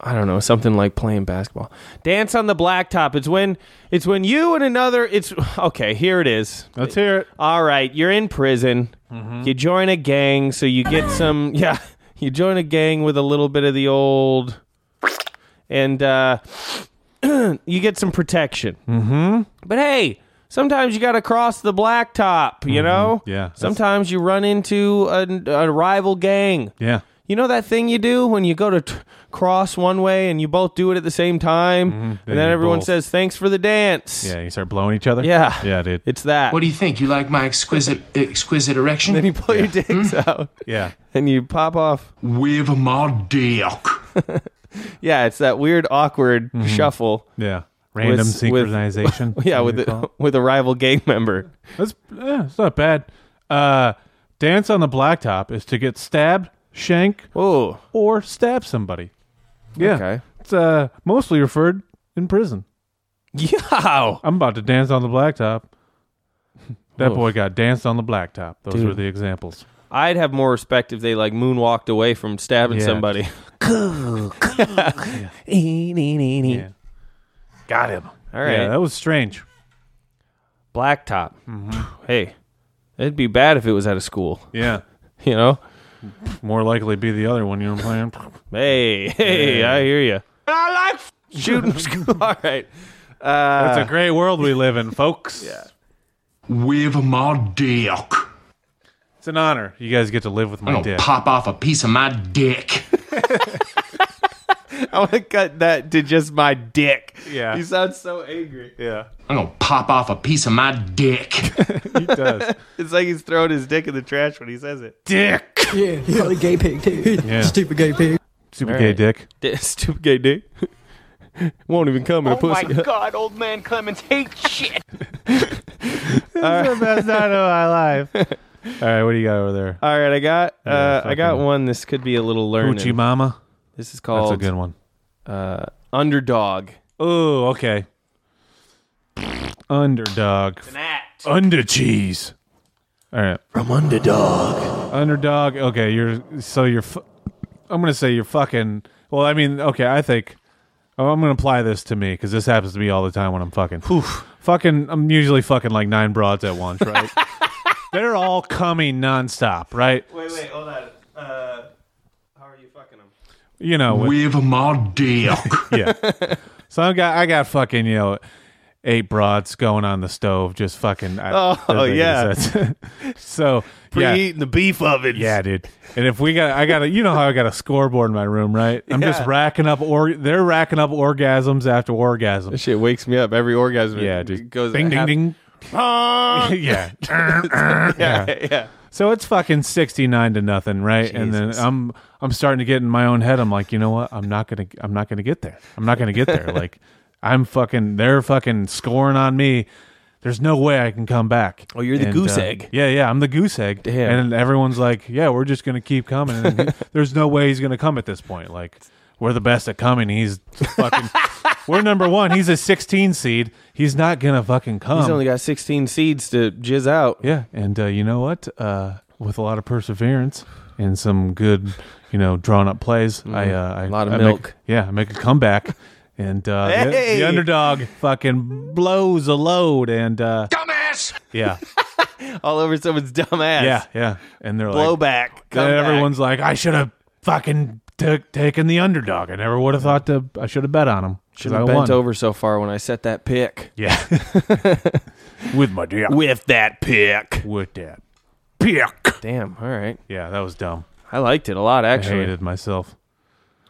A: I don't know, something like playing basketball. Dance on the blacktop. It's when it's when you and another. It's okay. Here it is.
B: Let's hear it.
A: All right, you're in prison.
B: Mm-hmm.
A: You join a gang, so you get some. Yeah, you join a gang with a little bit of the old, and uh, you get some protection. Mm-hmm. But hey, sometimes you got to cross the blacktop. You know.
B: Mm-hmm. Yeah, that's-
A: Sometimes you run into a, a rival gang.
B: Yeah.
A: You know that thing you do when you go to t- cross one way and you both do it at the same time,
B: Mm-hmm. Then
A: and then
B: you
A: everyone
B: both-
A: says thanks for the dance.
B: Yeah. You start blowing each other.
A: Yeah.
B: Yeah, dude.
A: It's that.
N: What do you think? You like my exquisite exquisite
A: then
N: erection?
A: you pull your dicks
B: Mm-hmm.
A: out
B: yeah.
A: and you pop off.
N: With my dick.
A: Yeah, it's that weird, awkward shuffle.
B: Yeah. Mm-hmm. Random
A: With- with-
B: synchronization.
A: Yeah, with
B: what do you call
A: a,
B: it?
A: with a rival gang member.
B: that's yeah, it's not bad. Uh, dance on the blacktop is to get stabbed, shank,
A: Oh,
B: or stab somebody. Yeah,
A: okay.
B: it's uh mostly referred in prison.
A: Yeah,
B: I'm about to dance on the blacktop. that
A: Oof.
B: boy got danced on the blacktop. Those
A: Dude.
B: were the examples.
A: I'd have more respect if they like moonwalked away from stabbing
B: Yeah.
A: somebody.
B: Yeah. Got him.
A: All right,
B: Yeah, that was strange.
A: blacktop. Mm-hmm. Hey, it'd be bad if it was out of school.
B: Yeah,
A: You know.
B: more likely be the other one. You know what I'm playing?
A: Hey, hey, I hear you. I like shooting school. All right.
B: That's a great world we live in, folks. Uh, Yeah,
N: With my dick.
B: it's an honor. You guys get to live with
N: I'm
B: my
C: Oh,
N: gonna
B: dick.
N: pop off a piece of my dick.
A: I want to cut that to just my dick.
B: Yeah.
A: You sound so angry.
B: Yeah,
N: I'm gonna pop off a piece of my dick.
B: he does.
A: It's like he's throwing his dick in the trash when he says it.
B: dick.
I: Yeah, probably gay pig too.
B: Yeah.
I: Stupid gay pig.
B: Super
A: All
B: gay
A: right.
B: dick.
A: D- Stupid gay dick. Won't even come in a
D: Oh
A: pussy.
C: God, old man Clemens hates shit.
B: That's the best night of my life. All right, what do you got over there?
A: All right, I got uh,
B: Yeah,
A: I got
B: fucking-
A: one. This could be a little learning.
B: Gucci Mama.
A: This is
B: That's
A: called
B: a good one.
A: Uh, underdog.
B: Oh, okay. Underdog. Under cheese. All right. From underdog. Underdog. Okay, you're so you're. Fu- I'm gonna say you're fucking. Well, I mean, okay, I think. Oh, I'm gonna apply this to me because this happens to me all the time when I'm fucking. Fucking, I'm usually fucking like nine broads at once, right? They're all coming nonstop, right?
A: Wait, wait, hold on. Uh, how are you fucking him?
B: You know, with-
N: With my dick.
B: yeah. So I got I got fucking you know eight broads going on the stove, just fucking. I-
A: Oh,
B: I think
A: yeah.
B: that's- so yeah,
A: the beef ovens.
B: yeah, dude. And if we got, I got a, you know how I got a scoreboard in my room, right? I'm just
A: Yeah.
B: racking up or they're racking up orgasms after orgasm.
A: That shit wakes me up. Every orgasm.
B: Yeah,
A: it
B: dude.
A: goes
B: ding ding
A: half-
B: ding.
A: Punk.
B: yeah. yeah.
A: yeah.
B: So it's fucking sixty nine to nothing, right? And then I'm I'm starting to get in my own head. I'm like, you know what? I'm not gonna I'm not gonna get there. I'm not gonna get there. like I'm fucking they're fucking scoring on me. There's no way I can come back.
A: Oh, you're the
B: And,
A: goose
B: uh,
A: egg.
B: yeah, yeah, I'm the goose egg.
A: Damn.
B: And everyone's like, yeah, we're just gonna keep coming. And then he- there's no way he's gonna come at this point. Like we're the best at coming. He's fucking. we're number one. He's a 16 seed. He's not gonna fucking come.
A: He's only got 16 seeds to jizz out.
B: Yeah, and uh, you know what? Uh, with a lot of perseverance and some good, you know, drawn up plays, I, uh, I a
A: Mm-hmm. lot of milk.
B: yeah, I make a comeback, and uh, the- the,
A: Hey!
B: underdog fucking blows a load, and uh,
E: Dumbass!
B: yeah,
A: All over someone's dumb ass.
B: yeah, yeah, and they're
A: Blowback.
B: like,
A: Come
B: then
A: back.
B: everyone's like, I should have fucking took taken the underdog. I never would have thought to. I should have bet on him. 'cause
A: Should
B: I
A: have bent
B: won.
A: over so far when I set that pick.
B: Yeah, with my dick.
A: With that pick.
B: with that.
A: Pick. Damn. All right.
B: Yeah, that was dumb.
A: I liked it a lot,
B: I
A: actually.
B: hated myself.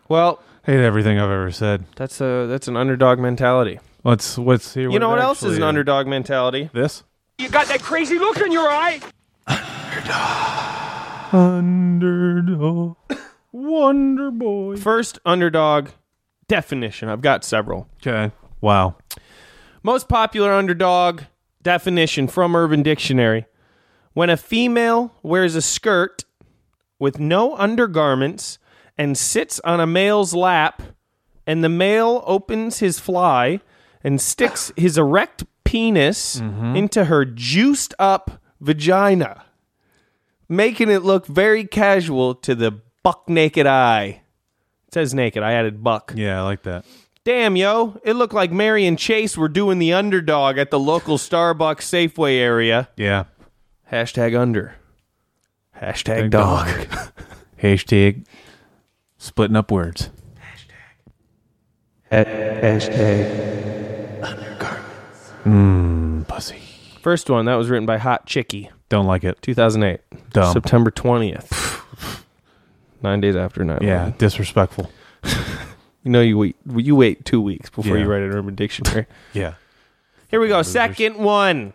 A: Well,
B: Hate everything I've ever said.
A: that's a that's an underdog mentality.
B: Let's let's hear.
A: You know
B: it
A: what else is
B: actually
A: an
B: uh,
A: underdog mentality?
B: This
C: You got that crazy look in your eye.
B: underdog wonder boy.
A: First underdog definition. I've got several.
B: Okay. Wow.
A: Most popular underdog definition from Urban Dictionary. When a female wears a skirt with no undergarments and sits on a male's lap, and the male opens his fly and sticks his erect penis into her juiced up vagina, making it look very casual to the buck naked eye. It says naked. I added buck.
B: Yeah, I like that.
A: Damn, yo, it looked like Mary and Chase were doing the underdog at the local Starbucks Safeway area.
B: Yeah.
A: Hashtag under. Hashtag
B: Big
A: dog.
B: Hashtag splitting up words. Hashtag. Hashtag. Undergarments. Mmm, pussy.
A: First one, that was written by Hot Chicky,
B: Don't like it.
A: 2008.
B: Dumb.
A: September 20th. Nine days after 9
B: Yeah, disrespectful.
A: You know, you wait, you wait two weeks before
B: Yeah.
A: you write an urban dictionary.
B: Yeah.
A: Here we go. Second one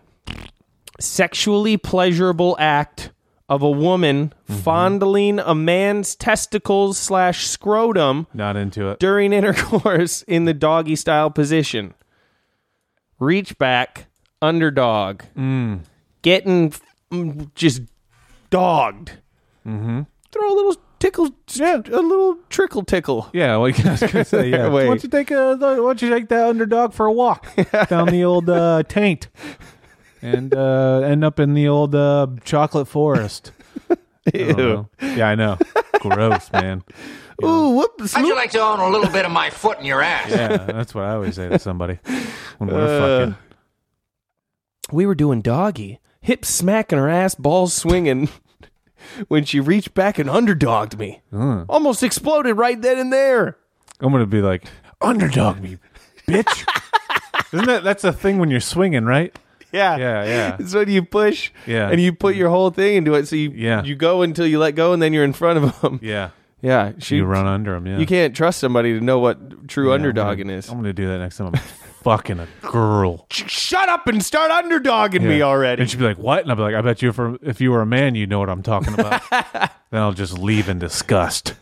A: sexually pleasurable act of a woman fondling a man's testicles slash scrotum
B: Not into it.
A: during intercourse in the doggy style position. Reach back, underdog, Mm. getting f- mm, just dogged. Mm-hmm. Throw a little tickle, yeah. a little trickle tickle.
B: Yeah, like I was gonna say, yeah.
A: Wait.
B: Why don't you take a, why don't you take that underdog for a walk down the old uh, taint, and uh, end up in the old uh, chocolate forest. I don't know. Yeah, I know. Gross, man.
A: Ooh, whoops!
N: How'd you like to own a little bit of my foot in your ass?
B: Yeah, that's what I always say to somebody when we're
A: Uh.
B: fucking.
A: We were doing doggy, hips smacking her ass, balls swinging. when she reached back and underdogged me, almost exploded right then and there.
B: I'm gonna be like underdog me, bitch. Isn't that that's a thing when you're swinging, right?
A: Yeah,
B: Yeah, yeah.
A: It's when you push,
B: Yeah.
A: and you put your whole thing into it. So you,
B: Yeah.
A: you go until you let go, and then you're in front of them.
B: Yeah,
A: Yeah, she.
B: you run under him. Yeah,
A: you can't trust somebody to know what true
B: Yeah, I'm gonna-
A: underdogging is.
B: I'm gonna do that next time. I'm fucking a girl.
A: Shut up and start underdogging me
B: Yeah.
A: already.
B: And she'd be like, "What?" And I'd be like, "I bet you, for if you were a man, you know what I'm talking about." then I'll just leave in disgust.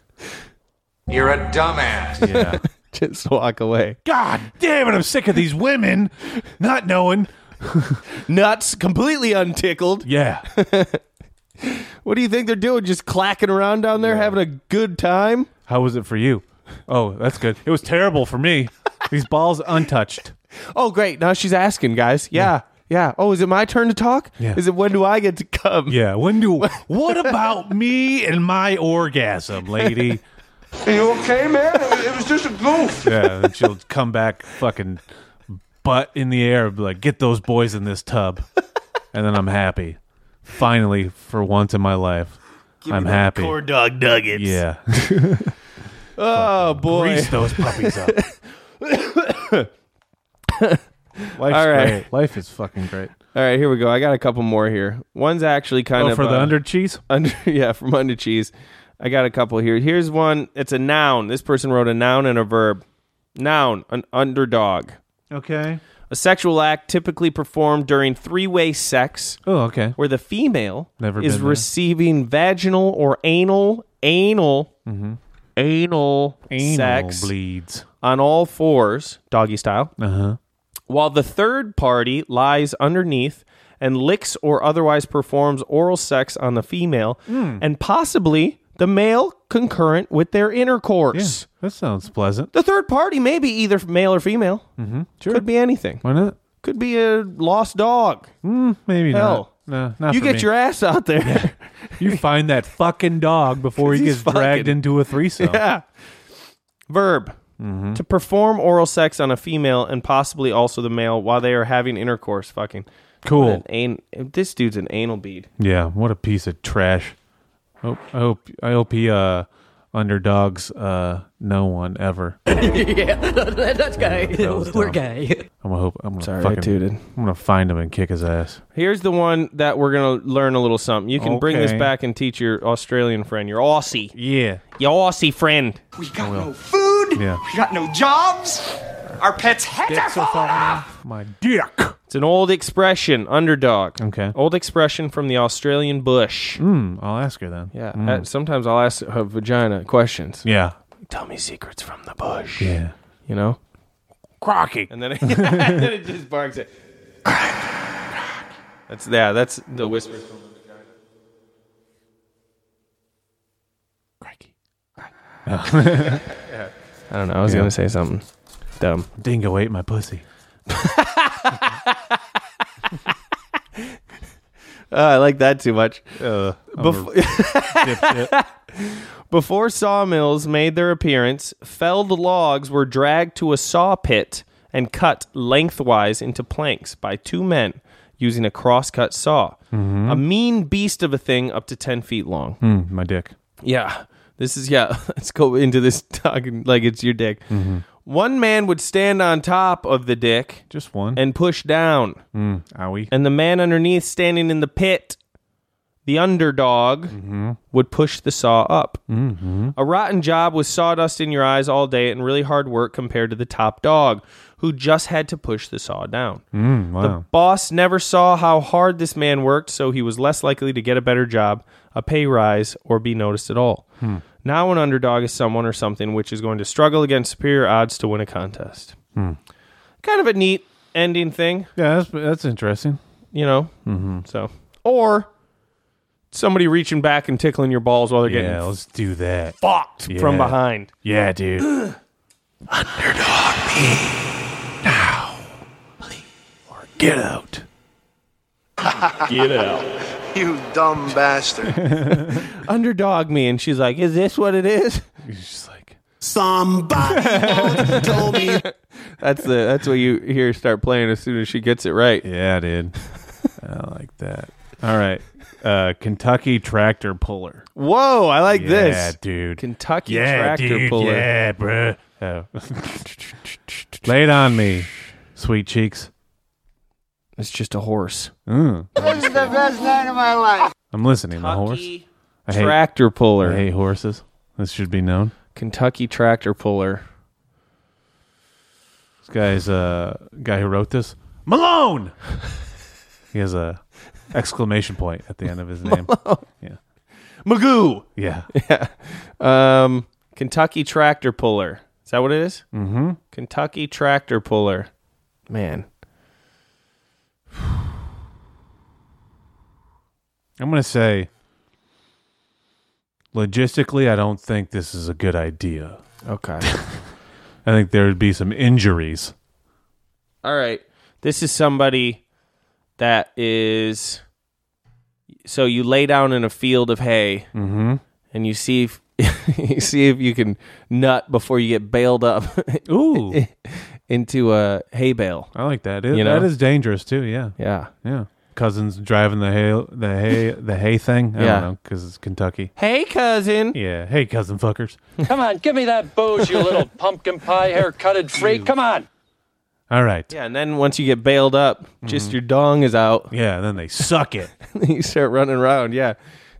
N: You're a dumbass.
B: Yeah.
A: Just walk away.
B: God damn it! I'm sick of these women not knowing.
A: Nuts, completely untickled.
B: Yeah.
A: What do you think they're doing? Just clacking around down there, having a good time?
B: How was it for you? Oh, that's good. It was terrible for me. These balls untouched.
A: Oh, great. Now she's asking, guys. Yeah. Yeah. Oh, is it my turn to talk?
B: Yeah.
A: Is it when do I get to come?
B: Yeah. When do? What about me and my orgasm, lady?
J: Are you okay, man? It was, it was just a goof.
B: Yeah. And she'll come back, fucking butt in the air, be like, "Get those boys in this tub," and then I'm happy. Finally, for once in my life, I'm happy.
A: dog nuggets.
B: Yeah.
A: Oh, boy.
B: Grease those puppies up. Life's
A: All right.
B: great. Life is fucking great.
A: All right, here we go. I got a couple more here. One's actually kind
B: Oh,
A: of
B: for the
A: uh,
B: under cheese?
A: under yeah from under cheese i got a couple here here's one it's a noun this person wrote a noun and a verb noun an underdog
B: Okay.
A: a sexual act typically performed during three-way sex.
B: Oh, okay.
A: Where the female
B: Never
A: is
B: been there.
A: receiving vaginal or anal anal
B: Mhm.
A: anal,
B: Anal
A: sex
B: bleeds.
A: on all fours, doggy style.
B: Uh-huh.
A: While the third party lies underneath and licks or otherwise performs oral sex on the female
B: Hmm.
A: and possibly the male concurrent with their intercourse.
B: That sounds pleasant.
A: The third party may be either male or female.
B: Mm-hmm.
A: Could be anything.
B: Why not?
A: Could be a lost dog.
B: maybe
A: Hell.
B: not. No, not
A: you
B: for
A: get
B: me.
A: your ass out there.
B: You find that fucking dog before he
A: He's
B: gets dragged
A: fucking-
B: into a threesome.
A: Yeah. Verb.
B: Mm-hmm.
A: To perform oral sex on a female and possibly also the male while they are having intercourse. Fucking
B: Cool.
A: What an an- this dude's an anal bead.
B: Yeah, what a piece of trash. Hope, I hope I hope he uh underdogs uh no one ever.
P: yeah, that's gay.
B: That was
P: We're
B: dumb.
P: gay.
B: I'm gonna hope I'm gonna
A: Sorry, I
B: fucking
A: tooted.
B: I'm gonna find him and kick his ass.
A: Here's the one that we're gonna learn a little something. You can bring this
B: Okay.
A: back and teach your Australian friend, your Aussie,
B: yeah,
A: your Aussie friend.
C: We got no food.
B: Yeah.
C: We got no jobs. Our pets' heads are falling off.
B: My dick.
A: It's an old expression, underdog.
B: Okay.
A: Old expression from the Australian bush.
B: Mm, I'll ask her then.
A: Yeah.
B: Mm.
A: uh, sometimes I'll ask her vagina questions.
B: Yeah.
A: Tell me secrets from the bush.
B: Yeah.
A: You know.
B: Crocky.
A: And then it, and then it just barks it. That's yeah. That's the whisper.
B: yeah.
A: I don't know. I was
B: Yeah.
A: gonna say something dumb.
B: Dingo ate my pussy.
A: Uh, I like that too much.
B: Uh, I'm a dipshit.
A: Before sawmills made their appearance, felled logs were dragged to a saw pit and cut lengthwise into planks by two men using a crosscut saw.
B: Mhm.
A: A mean beast of a thing up to 10 feet long.
B: Mm, my dick.
A: Yeah. This is, yeah, let's go into this talking like it's your dick.
B: Mm-hmm.
A: One man would stand on top of the dick.
B: Just one.
A: And push down.
B: Mm, owie.
A: And the man underneath standing in the pit, the underdog, would push the saw up.
B: Mm-hmm.
A: A rotten job with sawdust in your eyes all day and really hard work compared to the top dog, who just had to push the saw down.
B: Mm,
A: The
B: wow.
A: boss never saw how hard this man worked, so he was less likely to get a better job, a pay rise, or be noticed at all.
B: Hmm.
A: Now, an underdog is someone or something which is going to struggle against superior odds to win a contest.
B: Hmm.
A: Kind of a neat ending thing,
B: Yeah, that's that's interesting.
A: you know?
B: Mm-hmm.
A: So, or somebody reaching back and tickling your balls while they're getting
B: Yeah, let's do that.
A: fucked from
B: Yeah.
A: behind.
B: Yeah, dude. Get out.
A: Get out.
J: You dumb bastard.
A: Underdog me. And she's like, Is this what it is?
B: She's
A: like, Somebody told me. That's the that's what you hear start playing as soon as she gets it right.
B: Yeah, dude. I like that. All right. Uh, Kentucky tractor puller.
A: Whoa, I like
B: yeah,
A: this.
B: dude.
A: Kentucky
B: yeah,
A: tractor
B: dude,
A: puller.
B: Yeah, bruh. Oh. Lay it on me, sweet cheeks.
A: It's just a horse.
B: Mm.
Q: This is the best night of my life.
B: I'm listening. The horse. I hate,
A: tractor puller.
B: I hate horses. This should be known.
A: Kentucky tractor puller.
B: This guy's uh guy who wrote this. Malone. he has a exclamation point at the end of his name. Yeah.
A: Magoo.
B: Yeah.
A: Yeah. Um, Kentucky tractor puller. Is that what it is?
B: Mm-hmm.
A: Kentucky tractor puller. Man.
B: I'm gonna say logistically I don't think this is a good idea.
A: Okay.
B: I think there would be some injuries.
A: All right. This is somebody that is. So you lay down in a field of hay,
B: Mhm.
A: and you see if you see if you can nut before you get bailed up.
B: Ooh.
A: into a hay bale.
B: I like that. It-
A: You know?
B: That is dangerous too, yeah.
A: Yeah.
B: Yeah. Cousins driving the hay the hay the hay thing. I
A: Yeah.
B: don't know, because it's Kentucky.
A: Hey, cousin.
B: Yeah. Hey cousin fuckers.
R: Come on, give me that booze, you little pumpkin pie haircutted freak. Come on.
B: All right.
A: Yeah, and then once you get bailed up, just your dong is out.
B: Yeah, then they suck it.
A: you start running around, yeah.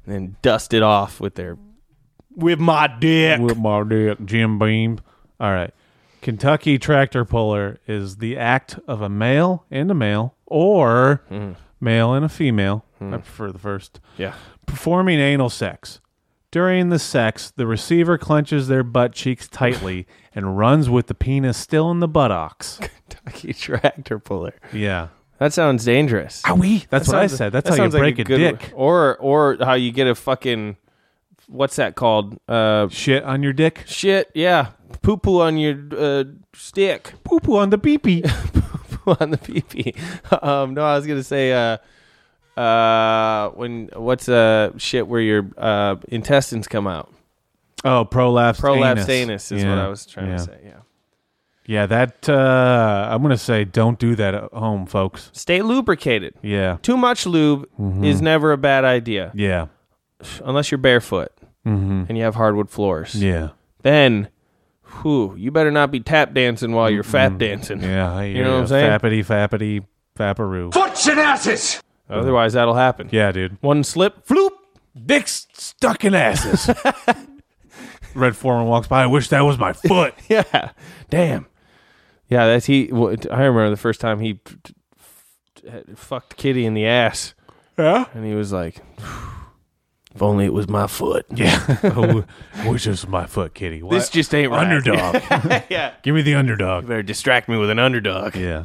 A: And then dust it off with their
B: With my dick. With my dick. Jim Beam. All right. Kentucky tractor puller is the act of a male and a male, or male and a female. I prefer the first.
A: Yeah.
B: Performing anal sex. During the sex, the receiver clenches their butt cheeks tightly and runs with the penis still in the buttocks.
A: Kentucky tractor puller.
B: Yeah.
A: That sounds dangerous.
B: Owie. Ah That's what I
A: sounds-
B: said. That's how you
A: sounds like
B: break a
A: good-
B: dick.
A: or or how you get a fucking what's that called? Uh,
B: shit on your dick.
A: Shit, yeah, poo poo on your uh, stick.
B: Poo poo on the peepee.
A: poo on the peepee. Um, no, I was gonna say uh, uh, when what's uh shit where your uh, intestines come out?
B: Oh, prolapse.
A: Prolapsed
B: anus,
A: anus is what I was trying
B: yeah.
A: to say. Yeah.
B: Yeah, that uh, I'm gonna say, don't do that at home, folks.
A: Stay lubricated.
B: Yeah,
A: Too much lube is
B: Mm-hmm.
A: never a bad idea
B: yeah,
A: unless you're barefoot
B: Mhm.
A: and you have hardwood floors.
B: yeah.
A: then whew, you better not be tap dancing while you're fap dancing.
B: Yeah, I hear
A: you know what
B: ya.
A: I'm saying?
B: Fappity, fappity, fapparoo.
C: Butts and asses!
A: Otherwise, that'll happen.
B: yeah, dude.
A: One slip, floop.
B: Dick's stuck in asses. Red Foreman walks by. I wish that was my foot.
A: Yeah, damn. Yeah, that's he. w- I remember the first time he t- t- f- fucked Kitty in the ass,
B: yeah.
A: and he was like, "If only it was my foot."
B: Yeah. I w- wish this was my foot, Kitty. What?
A: This just ain't right.
B: underdog.
A: yeah,
B: Give me the underdog.
A: better distract me with an underdog.
B: Yeah.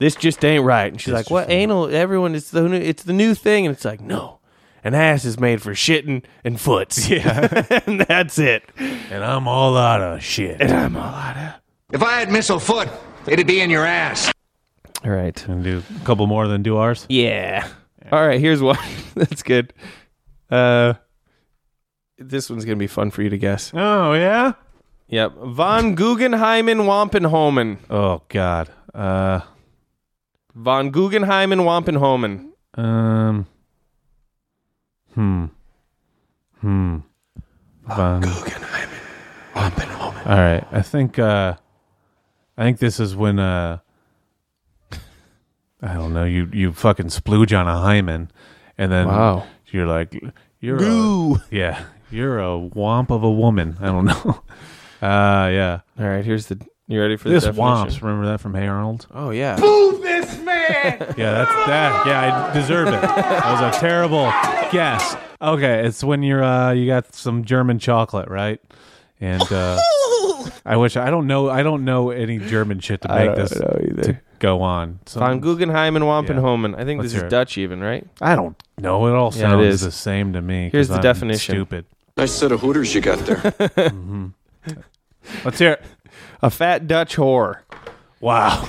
A: This just ain't right. And she's like, "What anal? Everyone, it's the new, it's the new thing." And it's like, no. An ass is made for shitting and foots. Yeah. and that's it.
B: And I'm all out of shit.
A: I'm all out of
E: If I had missile foot, it'd be in your ass.
A: All right.
B: And do a couple more than do ours.
A: Yeah. All right, here's one. That's good. Uh this one's going to be fun for you to guess.
B: Oh yeah.
A: Yep. Von Guggenheim and Wampenhomen.
B: Oh God. Uh.
A: Von Guggenheim and Wampenhomen.
B: Um. Hmm. Hmm. Von
A: Wampenhomen.
B: All right. I think uh I think this is when uh I don't know, you you fucking splooge on a hymen and then
A: Wow.
B: you're like you're
A: Goo.
B: A, yeah, you're a womp of a woman. I don't know. Uh yeah.
A: All right, here's the You ready for
B: This
A: the definition?
B: womps, remember that from Hey Arnold?
A: Oh yeah.
B: Yeah, that's that. Yeah, I deserved it. That was a terrible guess. Okay, it's when you're uh you got some German chocolate, right? And uh I wish I don't know I don't know any German shit to
A: I
B: make
A: don't
B: this
A: know either.
B: to go on. So
A: Von Guggenheim and Wampenhomen. I think
B: Let's
A: this
B: hear
A: is
B: it.
A: Dutch even, right?
B: I don't know. It all
A: Yeah, it
B: sounds
A: is.
B: the same to me.
A: Here's the
B: 'cause I'm
A: definition.
B: Stupid.
R: Nice set of hooters you got there.
B: Let's hear. It.
A: A fat Dutch whore.
B: Wow.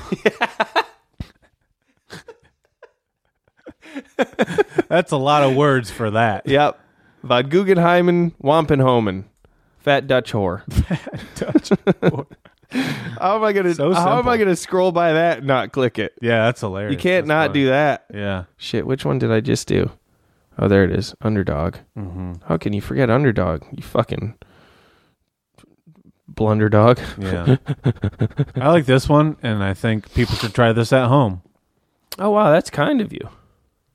B: That's a lot of words for that.
A: Yep. Von Guggenheim and Wampenhomen. Fat Dutch whore. How am I gonna
B: So
A: How am I
B: simple.
A: gonna scroll by that and not click it?
B: Yeah, that's hilarious.
A: You can't
B: That's
A: not
B: funny.
A: do that.
B: Yeah.
A: Shit, which one did I just do? Oh, there it is. Underdog. How can you forget underdog? You fucking blunderdog.
B: Yeah. I like this one, and I think people should try this at home.
A: Oh wow, that's kind of you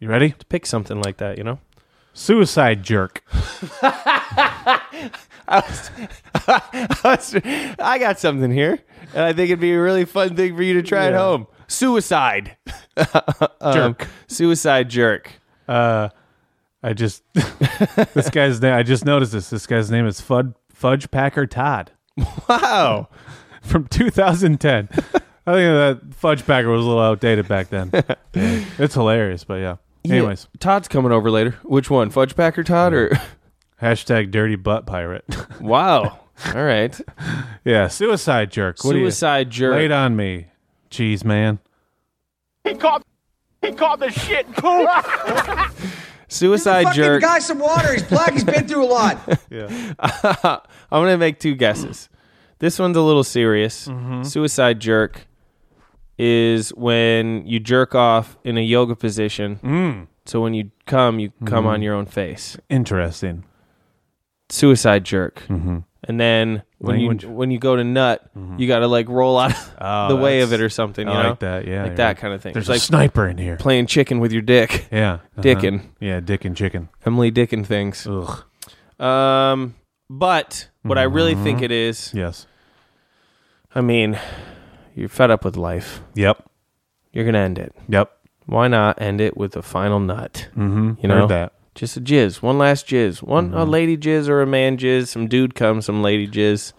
B: You ready?
A: to pick something like that. You know,
B: Suicide jerk.
A: I got something here, and I think it'd be a really fun thing for you to try at home. Suicide Um,
B: Jerk.
A: Suicide jerk.
B: Uh, I just this guy's name. I just noticed this. This guy's name is Fud Fudge Packer Todd
A: Wow.
B: from 2010. I think that Fudge Packer was a little outdated back then. Yeah. It's hilarious, but yeah. Anyways,
A: Yeah, Todd's coming over later. Which one, Fudge Packer Todd or?
B: hashtag Dirty Butt Pirate.
A: wow. All right.
B: yeah, suicide jerk. What do you-
A: Suicide jerk.
B: Wait on me, cheese man.
D: He caught. He caught the shit. Cool.
A: Suicide jerk.
S: guy some water. He's black. He's been through a lot.
B: Yeah.
A: I'm gonna make two guesses. This one's a little serious.
B: Mm-hmm.
A: Suicide jerk is when you jerk off in a yoga position.
B: Mm. Mm-hmm.
A: So when you come, you come on your own face.
B: Interesting.
A: Suicide jerk.
B: Mm-hmm.
A: And then when
B: Language. Mm-hmm.
A: you when you go to nut, you got to like roll out of
B: Oh,
A: the way of
B: that's-
A: it or something. You
B: I
A: know?
B: like that. Yeah,
A: like
B: you're
A: that
B: right.
A: kind of thing.
B: There's
A: It's
B: a
A: like
B: sniper in here.
A: playing chicken with your dick.
B: Yeah. uh-huh.
A: Dickin'.
B: Yeah, dickin' chicken.
A: Emily Dickin things.
B: Ugh. Mm-hmm.
A: Um, but what I really think it is
B: Yes.
A: I mean, you're fed up with life.
B: Yep.
A: You're gonna end it.
B: Yep.
A: Why not end it with a final nut?
B: Mm-hmm.
A: You know
B: Heard that.
A: Just a jizz, one last jizz, one
B: Mm-hmm.
A: a lady jizz or a man jizz. Some dude comes, some lady jizz.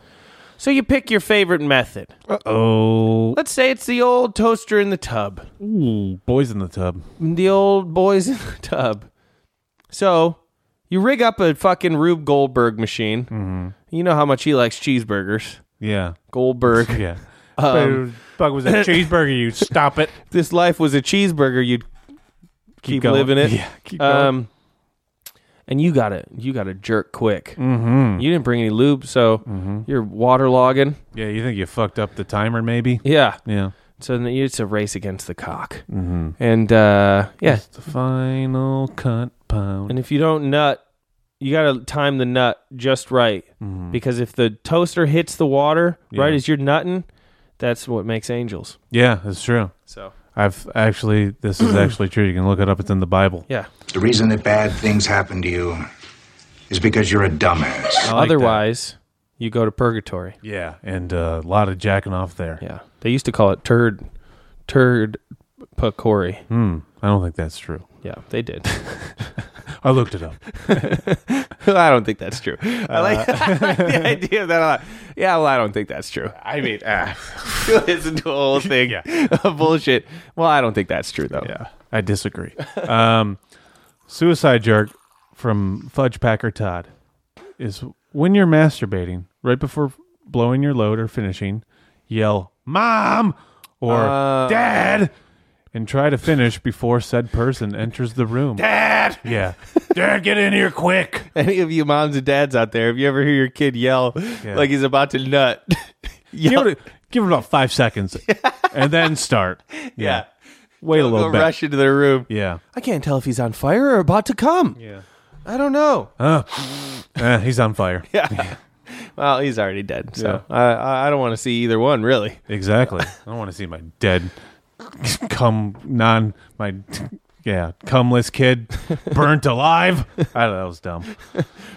A: So you pick your favorite method.
B: Oh,
A: Let's say it's the old toaster in the tub.
B: Ooh, boys in the tub.
A: the old boys in the tub. So you rig up a fucking Rube Goldberg machine.
B: Mm-hmm.
A: You know how much he likes cheeseburgers.
B: Yeah.
A: Goldberg.
B: Yeah.
A: Um,
B: Bug was a cheeseburger. You stop it.
A: If this life was a cheeseburger, you'd keep,
B: going.
A: living it. Um,
B: Yeah, keep going.
A: and you got to you got to jerk quick.
B: Mhm.
A: You didn't bring any lube, so
B: Mm-hmm.
A: you're waterlogging.
B: Yeah, you think you fucked up the timer? Maybe.
A: Yeah.
B: Yeah.
A: So then it's a race against the cock. And uh, yeah,
B: It's the final cunt pound.
A: And if you don't nut, you got to time the nut just right. Because if the toaster hits the water right
B: Mm-hmm. Yeah.
A: as you're nutting, that's what makes angels.
B: Yeah, that's true.
A: So.
B: I've actually, this is actually true. You can look it up. It's in the Bible.
A: Yeah.
T: The reason that bad things happen to you is because you're a dumbass.
A: Otherwise, you go to purgatory.
B: Yeah, and uh, a lot of jacking off there.
A: Yeah. They used to call it turd, turd pakori.
B: Hmm. I don't think that's true.
A: Yeah, they did.
B: I looked it up.
A: I don't think that's true. I like, I like the idea of that a lot. Yeah, well, I don't think that's true. I mean, ah, you listen to a whole thing of bullshit. Well, I don't think that's true, though. Yeah.
B: I disagree. um, suicide jerk from Fudge Packer Todd is when you're masturbating, right before blowing your load or finishing, yell "Mom" or
A: Uh.
B: "Dad" and try to finish before said person enters the room.
A: Dad!
B: Yeah. Dad, get in here quick.
A: Any of you moms and dads out there, if you ever hear your kid yell like he's about to nut,
B: Give it, give it about five seconds, and then start. Yeah. Wait a
A: Don't
B: little
A: go
B: bit.
A: rush into their room.
B: Yeah.
A: I can't tell if he's on fire or about to come.
B: Yeah.
A: I don't know.
B: Uh, uh, he's on fire.
A: Yeah. well, he's already dead, so I I I don't want to see either one really.
B: Exactly. I don't want to see my dead, cum non my yeah cumless kid burnt alive. I don't know. That was dumb.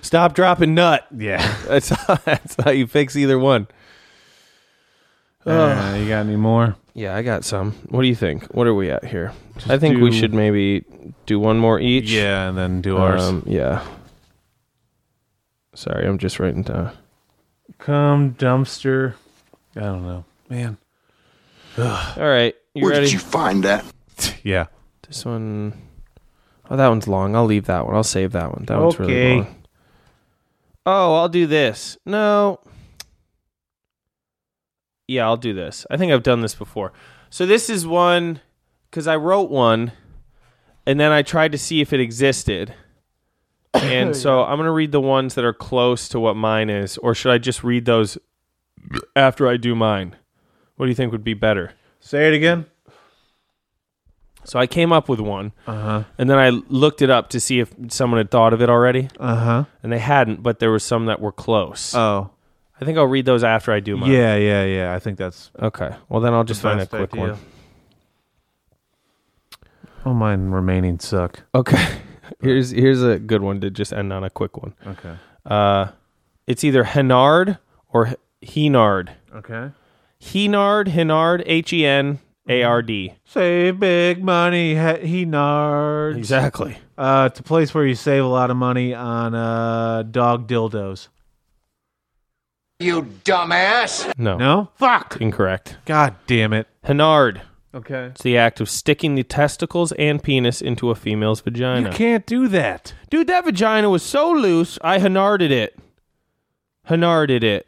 A: Stop, drop, and nut.
B: Yeah.
A: That's that's how you fix either one.
B: Uh, you got any more?
A: Yeah, I got some. What do you think? What are we at here? I think we
B: do-
A: should maybe do one more each.
B: Yeah, and then do ours.
A: Um, yeah. Sorry, I'm just writing down.
B: Cum dumpster. I don't know, man.
A: All right, you
U: Where
A: ready?
U: did you find that?
B: Yeah.
A: This one oh that one's long. I'll leave that one. I'll save that one. That one's really
B: Okay.
A: long. Oh, I'll do this. No. Yeah, I'll do this. I think I've done this before. So this is one cuz I wrote one and then I tried to see if it existed. And so I'm going to read the ones that are close to what mine is or should I just read those after I do mine? What do you think would be better?
B: Say it again.
A: So I came up with one,
B: Uh-huh.
A: and then I looked it up to see if someone had thought of it already,
B: Uh-huh.
A: and they hadn't. But there were some that were close.
B: Oh.
A: I think I'll read those after I do mine.
B: Yeah, yeah, yeah. I think that's
A: Okay. Well, then I'll just find a
B: best
A: quick
B: idea.
A: one.
B: Oh, mine remaining suck.
A: Okay. here's here's a good one to just end on a quick one.
B: Okay.
A: Uh, it's either Henard or Henard.
B: Okay.
A: Henard, Henard, H E N A R D.
B: Save big money, he nards.
A: Exactly.
B: Uh, it's a place where you save a lot of money on uh, dog dildos.
N: You dumbass!
A: No.
B: No? Fuck!
A: Incorrect.
B: God damn it.
A: Henard.
B: Okay.
A: It's the act of sticking the testicles and penis into a female's vagina.
B: You can't do that.
A: Dude, that vagina was so loose, I Henarded it. Henarded it.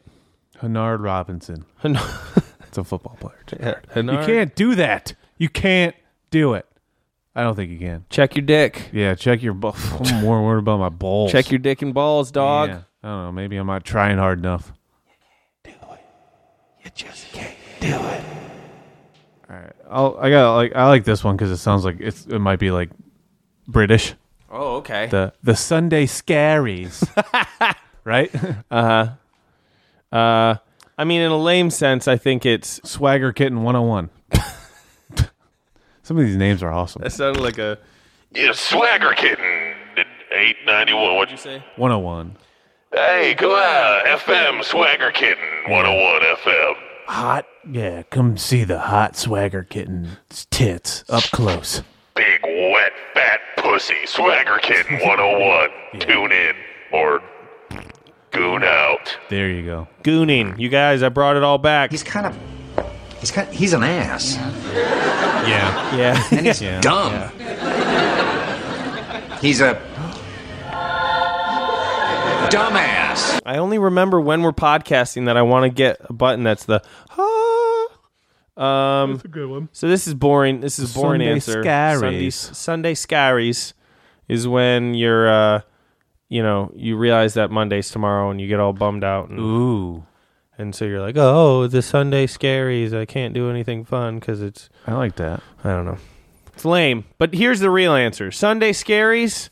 B: Henard Robinson.
A: Henard.
B: It's a football player. too.
A: Henard.
B: You can't do that. You can't do it. I don't think you can.
A: Check your dick.
B: Yeah, check your balls. I'm more worried about my balls.
A: Check your dick and balls, dog.
B: Yeah. I don't know. Maybe I'm not trying hard enough. You can't do it. You just can't do it. All right. I'll, I got like I like this one because it sounds like it's it might be like British.
A: Oh, okay.
B: The the Sunday scaries. right?
A: Uh huh. Uh, I mean, in a lame sense, I think it's.
B: Swagger Kitten 101. Some of these names are awesome.
A: That sounded like a.
K: You swagger kitten at 891. What'd you say?
B: 101.
K: Hey, come on. FM Swagger Kitten 101 FM.
B: hot. Yeah, come see the hot swagger kitten's tits up close.
K: Big, wet, fat pussy. Swagger Kitten 101. Tune in or goon out.
B: There you go.
A: Gooning, you guys. I brought it all back.
T: He's kind of. He's kind. He's an ass.
B: Yeah.
A: Yeah.
T: And he's
B: Yeah.
T: dumb. He's a dumbass.
A: I only remember when we're podcasting that I want to get a button that's the ah. Um, that's a good one. So this is boring. This is a boring
B: Sunday
A: answer.
B: Scaries.
A: Sunday, Sunday scaries is when you're, uh, you know, you realize that Monday's tomorrow and you get all bummed out. And,
B: Ooh.
A: And so you're like, oh, the Sunday scaries. I can't do anything fun because it's
B: I like that.
A: I don't know. It's lame. But here's the real answer Sunday scaries.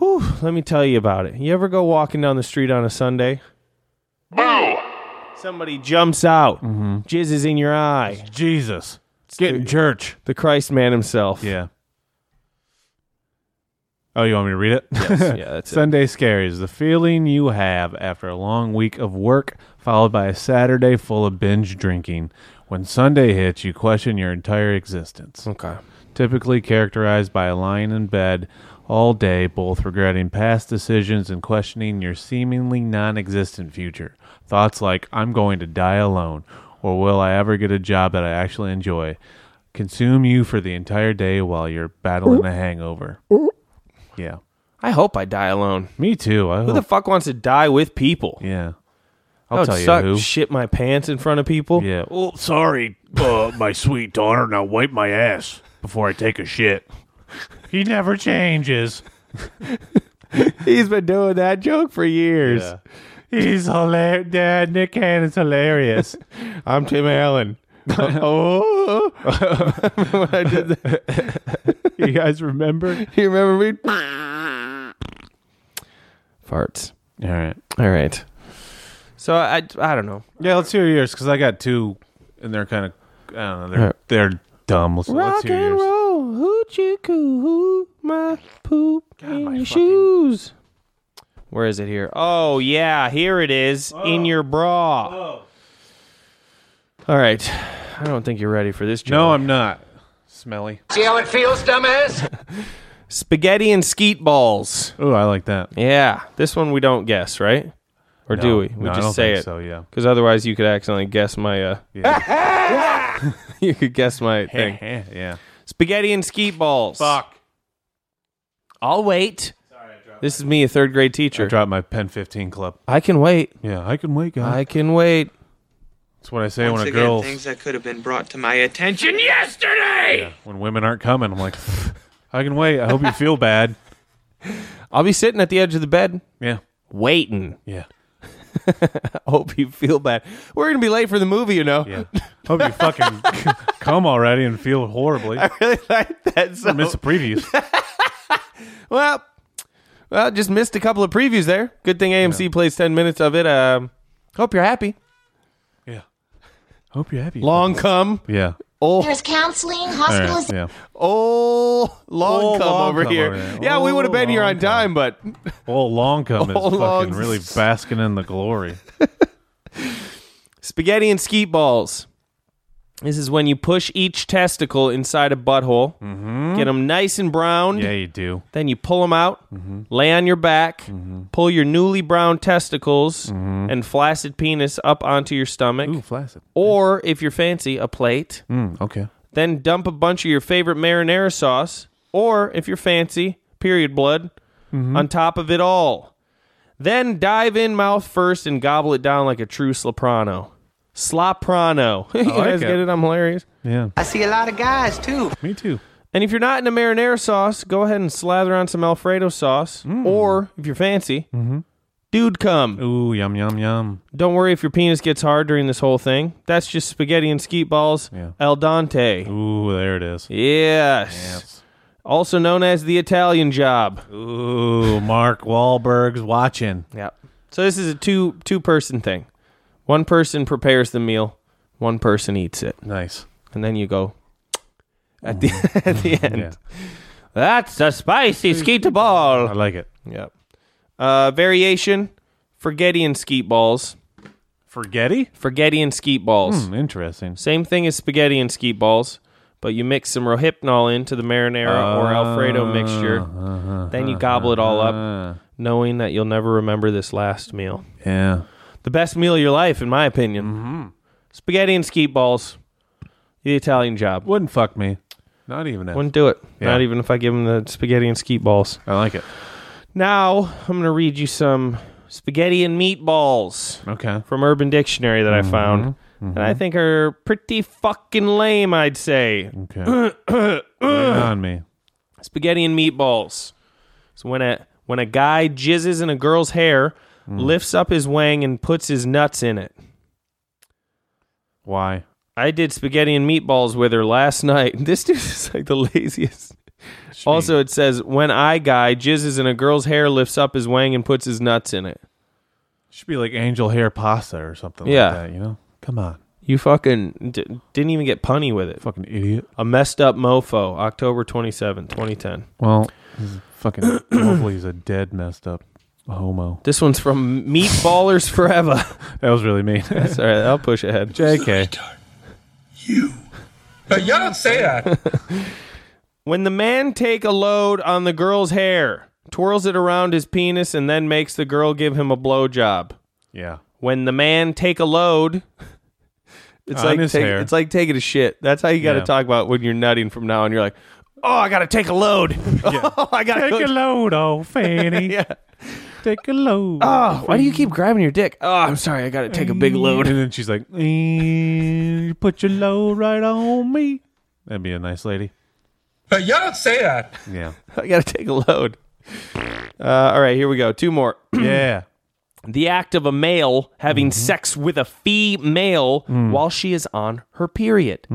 A: Whew, let me tell you about it. You ever go walking down the street on a Sunday?
K: Boo!
A: Somebody jumps out,
B: Mm-hmm.
A: jizzes in your eye.
B: Jesus. Get in church.
A: The Christ man himself.
B: Yeah. Oh, you want me to read it? Yes.
A: Yeah, that's it.
B: Sunday scaries. The feeling you have after a long week of work followed by a Saturday full of binge drinking. When Sunday hits, you question your entire existence.
A: Okay.
B: Typically characterized by lying in bed all day, both regretting past decisions and questioning your seemingly non existent future. Thoughts like, I'm going to die alone, or will I ever get a job that I actually enjoy, consume you for the entire day while you're battling a hangover. Yeah.
A: I hope I die alone.
B: Me too. I
A: Who the
B: hope.
A: fuck wants to die with people?
B: yeah.
A: That
B: I'll
A: would
B: tell you
A: suck.
B: who.
A: Shit my pants in front of people.
B: Yeah.
U: Oh, sorry, uh, my sweet daughter. Now wipe my ass before I take a shit.
B: He never changes.
A: He's been doing that joke for years.
B: Yeah. He's hilarious. Dad, Nick Cannon's hilarious.
A: I'm Tim Allen. oh, when I did that.
B: you guys remember?
A: You remember me? Farts.
B: All right.
A: All right. So I, I don't know.
B: Yeah, let's hear yours because I got two, and they're kind of I don't know. They're they're dumb. So let's hear yours.
A: roll, hoochie coo, my poop in your shoes. Where is it here? Oh yeah, here it is in
B: Oh.
A: your bra. All right, I don't think you're ready for this. Joke.
B: No, I'm not. Smelly.
Q: See how it feels, dumbass?
A: Spaghetti and skeet balls.
B: Oh, I like that.
A: Yeah, this one we don't guess, right? Or do
B: No.
A: we? We
B: No, I
A: just
B: don't
A: say
B: think
A: it.
B: so, yeah.
A: Because otherwise, you could accidentally guess my. Uh, you could guess my thing.
B: yeah.
A: Spaghetti and skeet balls. Fuck. I'll wait. This is me, a third grade teacher.
B: I dropped my Pen 15 Club.
A: I can wait.
B: Yeah, I can wait, guys.
A: I can wait.
B: That's what I say
V: Once
B: when a
V: again,
B: girl,
V: things that could have been brought to my attention yesterday.
B: when women aren't coming, I'm like, I can wait. I hope you feel bad.
A: I'll be sitting at the edge of the bed.
B: Yeah.
A: Waiting.
B: Yeah.
A: I hope you feel bad. We're going to be late for the movie, you know.
B: Yeah. Hope you fucking come already and feel horribly. I
A: really like that. So.
B: missed the previews.
A: Well, well, just missed a couple of previews there. Good thing AMC plays 10 minutes of it. Um, hope you're happy.
B: Hope you're happy.
A: Long come.
B: Yeah.
A: Oh,
G: There's counseling,
B: All right,
G: hospitalization.
B: Yeah.
A: oh long
B: Oh,
A: come
B: long
A: over
B: come
A: here.
B: over there.
A: yeah, we would have been here on time, but
B: Well, long come is
A: Oh,
B: fucking
A: long-
B: really basking in the glory.
A: spaghetti and skeet balls. This is when you push each testicle inside a butthole, get them nice and browned.
B: Yeah, you do.
A: Then you pull them out, lay on your back, pull your newly browned testicles and flaccid penis up onto your stomach.
B: Ooh, flaccid.
A: Or, if you're fancy, a plate.
B: Mm, okay.
A: Then dump a bunch of your favorite marinara sauce, or, if you're fancy, period blood,
B: Mm-hmm.
A: on top of it all. Then dive in mouth first and gobble it down like a true soprano. Sloprano. you
B: like
A: guys
B: it.
A: get it? I'm hilarious.
B: Yeah.
Q: I see a lot of guys, too.
B: Me too.
A: And if you're not into marinara sauce, go ahead and slather on some Alfredo sauce.
B: Mm.
A: Or if you're fancy,
B: Mm-hmm.
A: dude cum.
B: Ooh, yum yum yum.
A: Don't worry if your penis gets hard during this whole thing. That's just spaghetti and skeet balls
B: Yeah.
A: al dente.
B: Ooh, there it is.
A: Yes. Also known as the Italian job.
B: Ooh, Mark Wahlberg's watching.
A: Yep. So this is a two two person thing. One person prepares the meal, one person eats it,
B: Nice.
A: and then you go at the at the end.
B: Yeah.
A: That's a spicy skeet ball.
B: I like it.
A: Yep. Uh, variation, forgetting skeet balls.
B: Forgetti?
A: Forgetti and skeet balls.
B: Hmm, interesting.
A: Same thing as spaghetti and skeet balls, but you mix some rohypnol into the marinara or Alfredo mixture. then you gobble it all up, knowing that you'll never remember this last meal.
B: Yeah.
A: The best meal of your life, in my opinion. Spaghetti and skeet balls. The Italian job.
B: Wouldn't fuck me. Not even if.
A: Wouldn't do it.
B: Yeah.
A: Not even if I give him the spaghetti and skeet balls.
B: I like it.
A: Now I'm going to read you some spaghetti and meatballs.
B: Okay.
A: From Urban Dictionary that I found, and I think are pretty fucking lame. I'd say.
B: Okay. Lay it on me.
A: Spaghetti and meatballs. So when a when a guy jizzes in a girl's hair, lifts up his wang and puts his nuts in it.
B: Why?
A: I did spaghetti and meatballs with her last night. This dude is like the laziest. Also, it says when I guy jizzes in a girl's hair, lifts up his wang and puts his nuts in it.
B: Should be like angel hair pasta or something
A: Yeah.
B: like that, you know? Come on.
A: You fucking d- didn't even get punny with it.
B: Fucking idiot.
A: A messed up mofo, October 27, 2010.
B: Well, this is fucking hopefully he's a dead messed up homo.
A: This one's from Meatballers Forever.
B: That was really mean.
A: That's all right. I'll push ahead.
B: JK.
C: No, y'all don't Uh, say that.
A: When the man take a load on the girl's hair, twirls it around his penis, and then makes the girl give him a blowjob.
B: Yeah.
A: When the man take a load, it's
B: On
A: like
B: his
A: take-
B: hair.
A: it's like taking a shit. That's how you got to
B: Yeah.
A: talk about when you're nutting from now on. You're like, oh, I got to take a load. oh, I got to
B: Take a load, old fanny.
A: yeah.
B: Take a load.
A: Oh, why do you keep grabbing your dick? Oh, I'm sorry, I got to take a big load.
B: And then she's like, "Eh, put your load right on me. That'd be a nice lady.
C: No, y'all don't say that.
B: Yeah.
A: I got to take a load. Uh, all right, here we go. Two more.
B: Yeah.
A: the act of a male having sex with a female while she is on her period.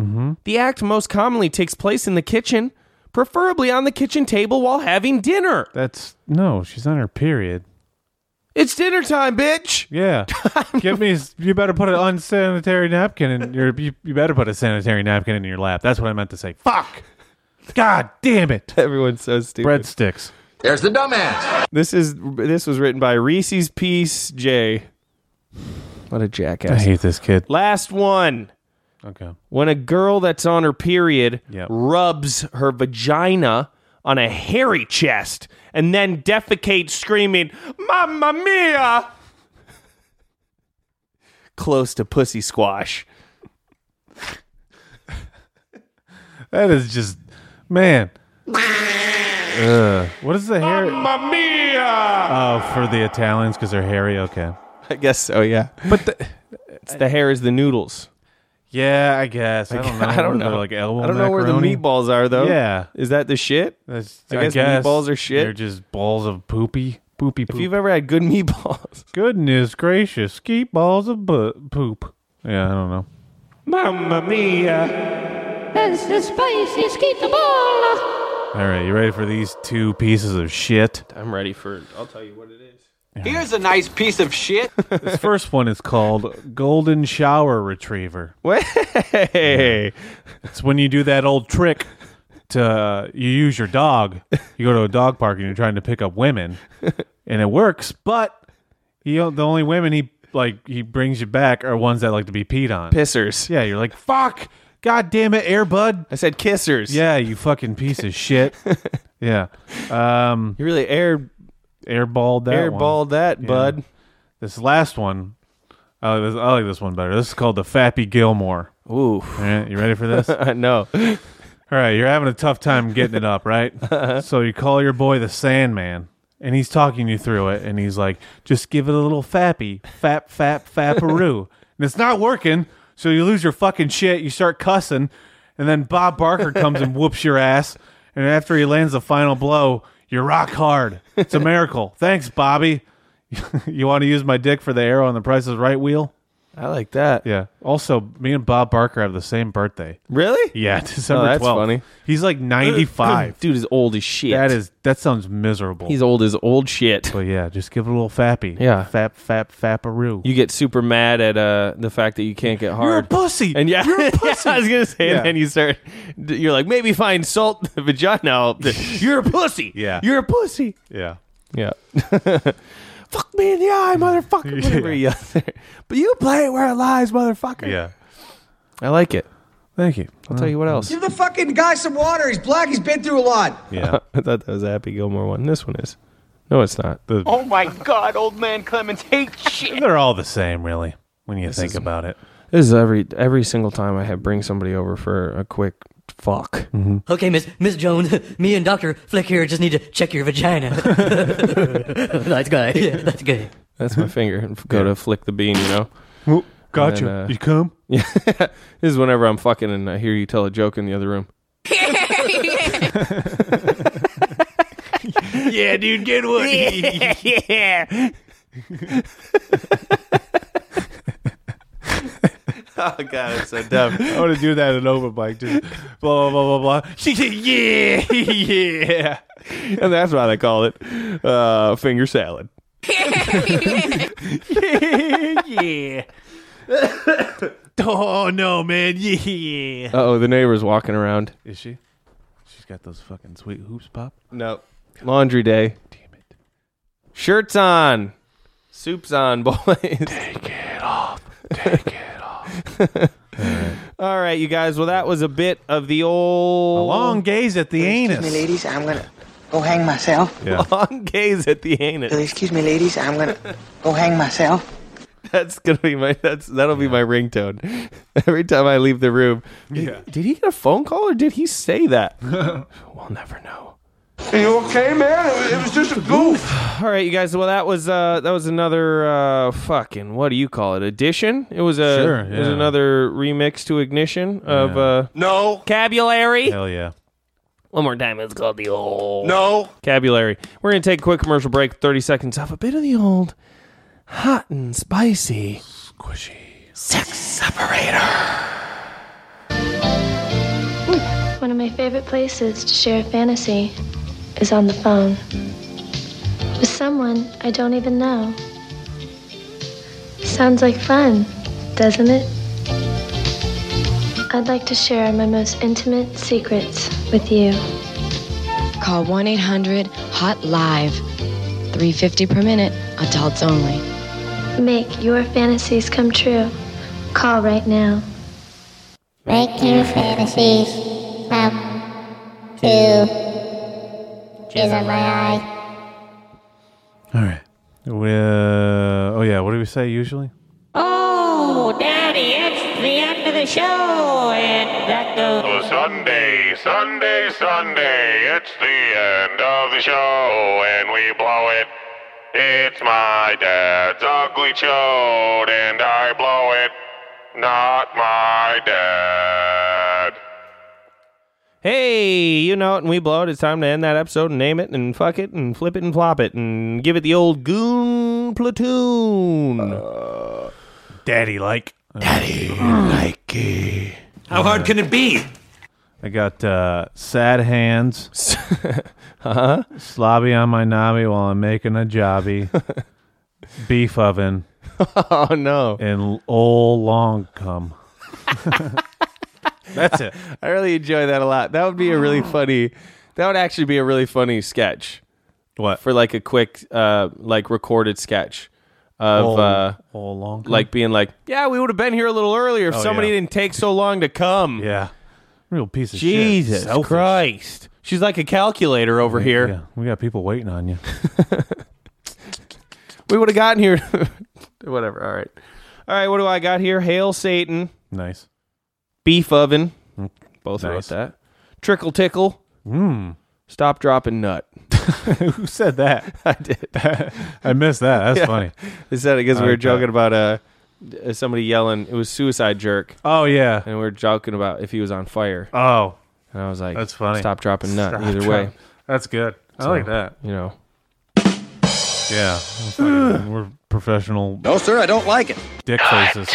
A: The act most commonly takes place in the kitchen, preferably on the kitchen table while having dinner.
B: That's no, she's on her period.
A: It's dinner time, bitch.
B: Yeah. Get me s- you better put an unsanitary napkin in your you, you better put a sanitary napkin in your lap. That's what I meant to say. Fuck. God damn it.
A: Everyone's so stupid.
B: Breadsticks.
A: There's the dumbass. This is this was written by Reese's Piece J. What a jackass.
B: I hate this kid.
A: Last one.
B: Okay.
A: When a girl that's on her period
B: Yep.
A: rubs her vagina on a hairy chest and then defecates screaming, Mamma mia! Close to pussy squash.
B: That is just man. Ugh. What is the hair?
C: Mamma mia!
B: Oh, for the Italians because they're hairy. Okay.
A: Uh, I guess so, yeah.
B: But the,
A: it's the hair is the noodles.
B: Yeah, I guess. I don't know.
A: I don't
B: What are they,
A: know.
B: Like elbow
A: I don't know where the
B: macaroni?
A: meatballs are though.
B: Yeah.
A: Is that the shit?
B: That's,
A: I guess meatballs are shit.
B: They're just balls of poopy, poopy
A: If
B: poop.
A: you've ever had good meatballs.
B: Goodness gracious, skeet balls of bu- poop. Yeah, I don't know.
A: Mamma mia.
G: That's the spicy skeetaball.
B: All right, you ready for these two pieces of shit?
A: I'm ready for I'll tell you what it is.
Q: Here's a nice piece of shit.
B: This first one is called Golden Shower Retriever.
A: Hey.
B: It's when you do that old trick to you use your dog. You go to a dog park and you're trying to pick up women, and it works. But he the only women he like he brings you back are ones that like to be peed on.
A: Pissers.
B: Yeah, you're like fuck, god damn it, Airbud.
A: I said kissers.
B: Yeah, you fucking piece of shit. Yeah, um,
A: you really air
B: airballed that. one.
A: airballed that,
B: Yeah.
A: bud.
B: This last one, I like this, I like this one better. This is called the Fappy Gilmore.
A: Ooh.
B: All right, you ready for this? All
A: no.
B: right, you're having a tough time getting it up, right? so you call your boy the Sandman, and he's talking you through it, and he's like, "Just give it a little fappy, fap, fap, fapperoo," and it's not working. So you lose your fucking shit. You start cussing, and then Bob Barker comes and whoops your ass. And after he lands the final blow, you're rock hard. It's a miracle. Thanks, Bobby. you want to use my dick for the arrow on the Price is Right wheel?
A: I like that.
B: Yeah. Also, me and Bob Barker have the same birthday.
A: Really?
B: Yeah, December
A: Oh, that's
B: 12th.
A: funny.
B: He's like 95.
A: Dude is old as shit.
B: that is that sounds miserable.
A: He's old as old shit.
B: but yeah, just give it a little fappy.
A: Yeah.
B: Fap fap fapperoo.
A: You get super mad at uh, the fact that you can't get hard.
B: You're a pussy.
A: and yeah,
B: You're a
A: yeah,
B: pussy.
A: I was gonna say,
B: Yeah.
A: and then you start, you're like, maybe find salt in the vagina. You're a pussy.
B: Yeah.
A: you're a pussy.
B: yeah.
A: Yeah. fuck me in the eye, motherfucker. Whatever he yells there. But you play it where it lies, motherfucker.
B: Yeah.
A: I like it.
B: Thank you.
A: I'll tell you what else.
S: Give the fucking guy some water. He's black. He's been through a lot.
B: Yeah.
A: I thought that was a Happy Gilmore one. This one is. No, it's not.
B: The-
D: Oh my God, old man Clemens hates shit.
B: They're all the same, really, when you think
A: is-
B: about it.
A: This is every every single time I have bring somebody over for a quick fuck.
F: Okay, Miss Miss Jones, me and Doctor Flick here just need to check your vagina. that's good. Yeah, that's good.
A: That's my finger. Go to flick the bean, you know.
B: Whoop,
A: And
B: gotcha.
A: then, uh,
B: you come?
A: Yeah. this is whenever I'm fucking and I hear you tell a joke in the other room.
D: yeah, dude, get one. yeah.
A: oh god, it's so dumb.
B: I want to do that in over bike. Just blah blah blah blah blah. She said, "Yeah, yeah."
A: And that's why they call it uh, finger salad.
D: yeah.
B: oh no, man. Yeah.
A: Uh oh, the neighbor's walking around.
B: Is she? She's got those fucking sweet hoops pop.
A: No. Laundry day. Damn it. Shirts on. Soup's on, boys. Take it off. Take it off. All right, you guys. Well, that was a bit of the old
B: A long gaze at the
H: Excuse
B: anus.
H: me, ladies. I'm gonna go hang myself.
B: Yeah.
A: long gaze at the anus.
H: Will you excuse me, ladies. I'm gonna go hang myself.
A: That's gonna be my that's that'll be my ringtone. Every time I leave the room.
B: Yeah.
A: Did he get a phone call or did he say that? we'll never know.
D: Are you okay, man? It was, it was just a goof.
A: All right, you guys. Well, that was uh that was another uh fucking what do you call it? Edition? It was a
B: Sure,
A: it was
B: yeah.
A: another remix to Ignition of
B: Yeah.
A: uh
E: No.
A: Cabulary.
B: Hell yeah.
A: One more time. It's called the old
E: No.
A: Cabulary. We're gonna take a quick commercial break, thirty seconds of a bit of the old hot and spicy
B: squishy
A: sex separator.
W: One of my favorite places to share a fantasy is on the phone with someone I don't even know. Sounds like fun, doesn't it? I'd like to share my most intimate secrets with you.
X: Call 1 800 HOT LIVE. 350 per minute, adults only.
W: Make your fantasies come true. Call right now.
Y: Make your fantasies come true. Jizz on my eye.
B: All right. We, uh, oh yeah. What do we say usually?
Y: Oh, Daddy, it's the end of the show, and that goes.
K: Oh, Sunday, Sunday, Sunday, it's the end of the show and we blow it. It's my dad's ugly chode and I blow it. Not my dad.
A: Hey, you know it, and we blow it. It's time to end that episode and name it and fuck it and flip it and flop it and give it the old goon platoon.
B: Daddy like. Uh, Daddy likey.
E: How hard can it be?
B: I got uh, sad hands.
E: Uh-huh.
B: huh? Slobby on my knobby while I'm making a jobby. Beef oven
A: oh no!
B: and l- old long cum. That's it.
A: I really enjoy that a lot. That would be a really funny. That would actually be a really funny sketch.
B: What
A: for like a quick, uh, like recorded sketch of
B: Old-
A: uh,
B: old long cum?
A: like being like, yeah, we would have been here a little earlier if
B: Oh,
A: somebody
B: yeah.
A: didn't take so long to come.
B: Yeah, real piece of
A: Jesus
B: shit. Selfish.
A: Christ! She's like a calculator over here.
B: Yeah, we got people waiting on you.
A: We would have gotten here. Whatever. All right. All right. What do I got here? Hail Satan.
B: nice.
A: Beef oven.
B: Mm,
A: Both
B: nice.
A: wrote that. Trickle tickle.
B: Mm.
A: Stop dropping nut.
B: Who said that?
A: I did.
B: I missed that. That's funny.
A: They said it because
B: I
A: we were
B: like that.
A: joking about uh, uh, somebody yelling. It was suicide jerk,
B: Oh yeah.
A: and we were joking about if he was on fire.
B: Oh,
A: And I was like,
B: that's funny.
A: Stop dropping nut.
B: Stop
A: Either
B: drop-
A: way,
B: That's good. I
A: So,
B: like that.
A: You know.
B: Yeah. We're fucking- We're professional
S: No, sir, I don't like it.
B: dick faces.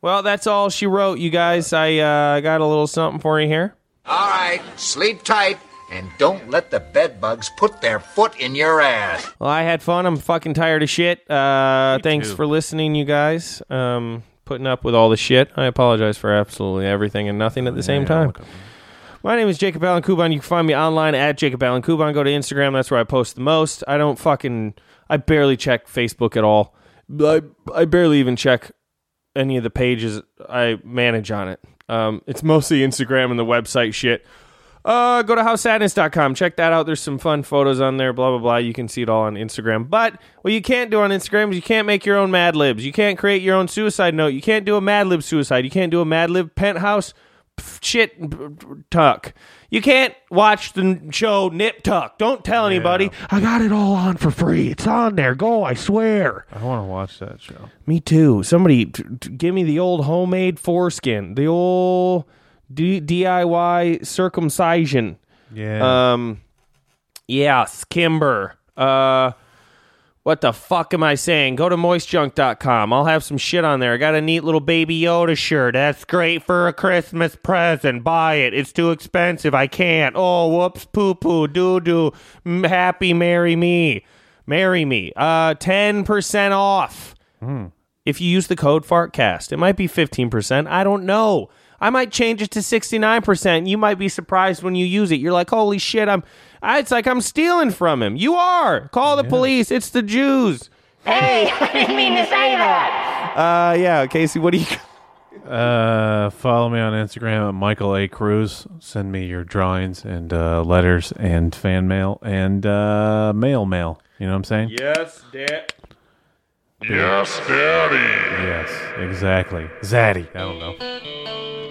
A: Well, that's all she wrote, you guys. I uh, got a little something for you here.
Z: All right, sleep tight and don't let the bed bugs put their foot in your ass.
A: Well, I had fun. I'm fucking tired of shit. Uh, thanks
B: too.
A: for listening, you guys. Um, putting up with all the shit. I apologize for absolutely everything and nothing at the same time. My name is Jacob Allen Kuban. You can find me online at Jacob Allen Kuban. Go to Instagram. That's where I post the most. I don't fucking. I barely check Facebook at all. I I barely even check any of the pages I manage on it. Um, it's mostly Instagram and the website shit. Uh, go to howsadness.com. Check that out. There's some fun photos on there, blah, blah, blah. You can see it all on Instagram. But what you can't do on Instagram is you can't make your own Mad Libs. You can't create your own suicide note. You can't do a Mad Lib suicide. You can't do a Mad Lib penthouse pff, shit b- b- tuck. You can't watch the n- show Nip Tuck. Don't tell anybody. I got it all on for free. It's on there. Go, I swear.
B: I want to watch that show.
A: Me too. Somebody t- t- give me the old homemade foreskin, the old D- DIY circumcision.
B: Yeah.
A: Um. Yes, Kimber. Uh. What the fuck am I saying? Go to moistjunk.com. I'll have some shit on there. I got a neat little baby Yoda shirt. That's great for a Christmas present. Buy it. It's too expensive. I can't. Oh, whoops, poo poo, doo doo. M- happy, marry me. Marry me. Uh, 10% off if you use the code FARTCAST. It might be 15%. I don't know. I might change it to 69%. You might be surprised when you use it. You're like, holy shit, I'm. I, it's like I'm stealing from him. You are. Call the police. It's the Jews.
Y: Hey, I didn't mean to say that.
A: Uh, yeah, Casey, what do you.
B: Uh, follow me on Instagram at Michael A. Cruz. Send me your drawings and uh, letters and fan mail and uh, mail mail. You know what I'm saying?
A: Yes, Dad.
K: Yes, Daddy.
B: Yes, exactly. Zaddy. I don't know.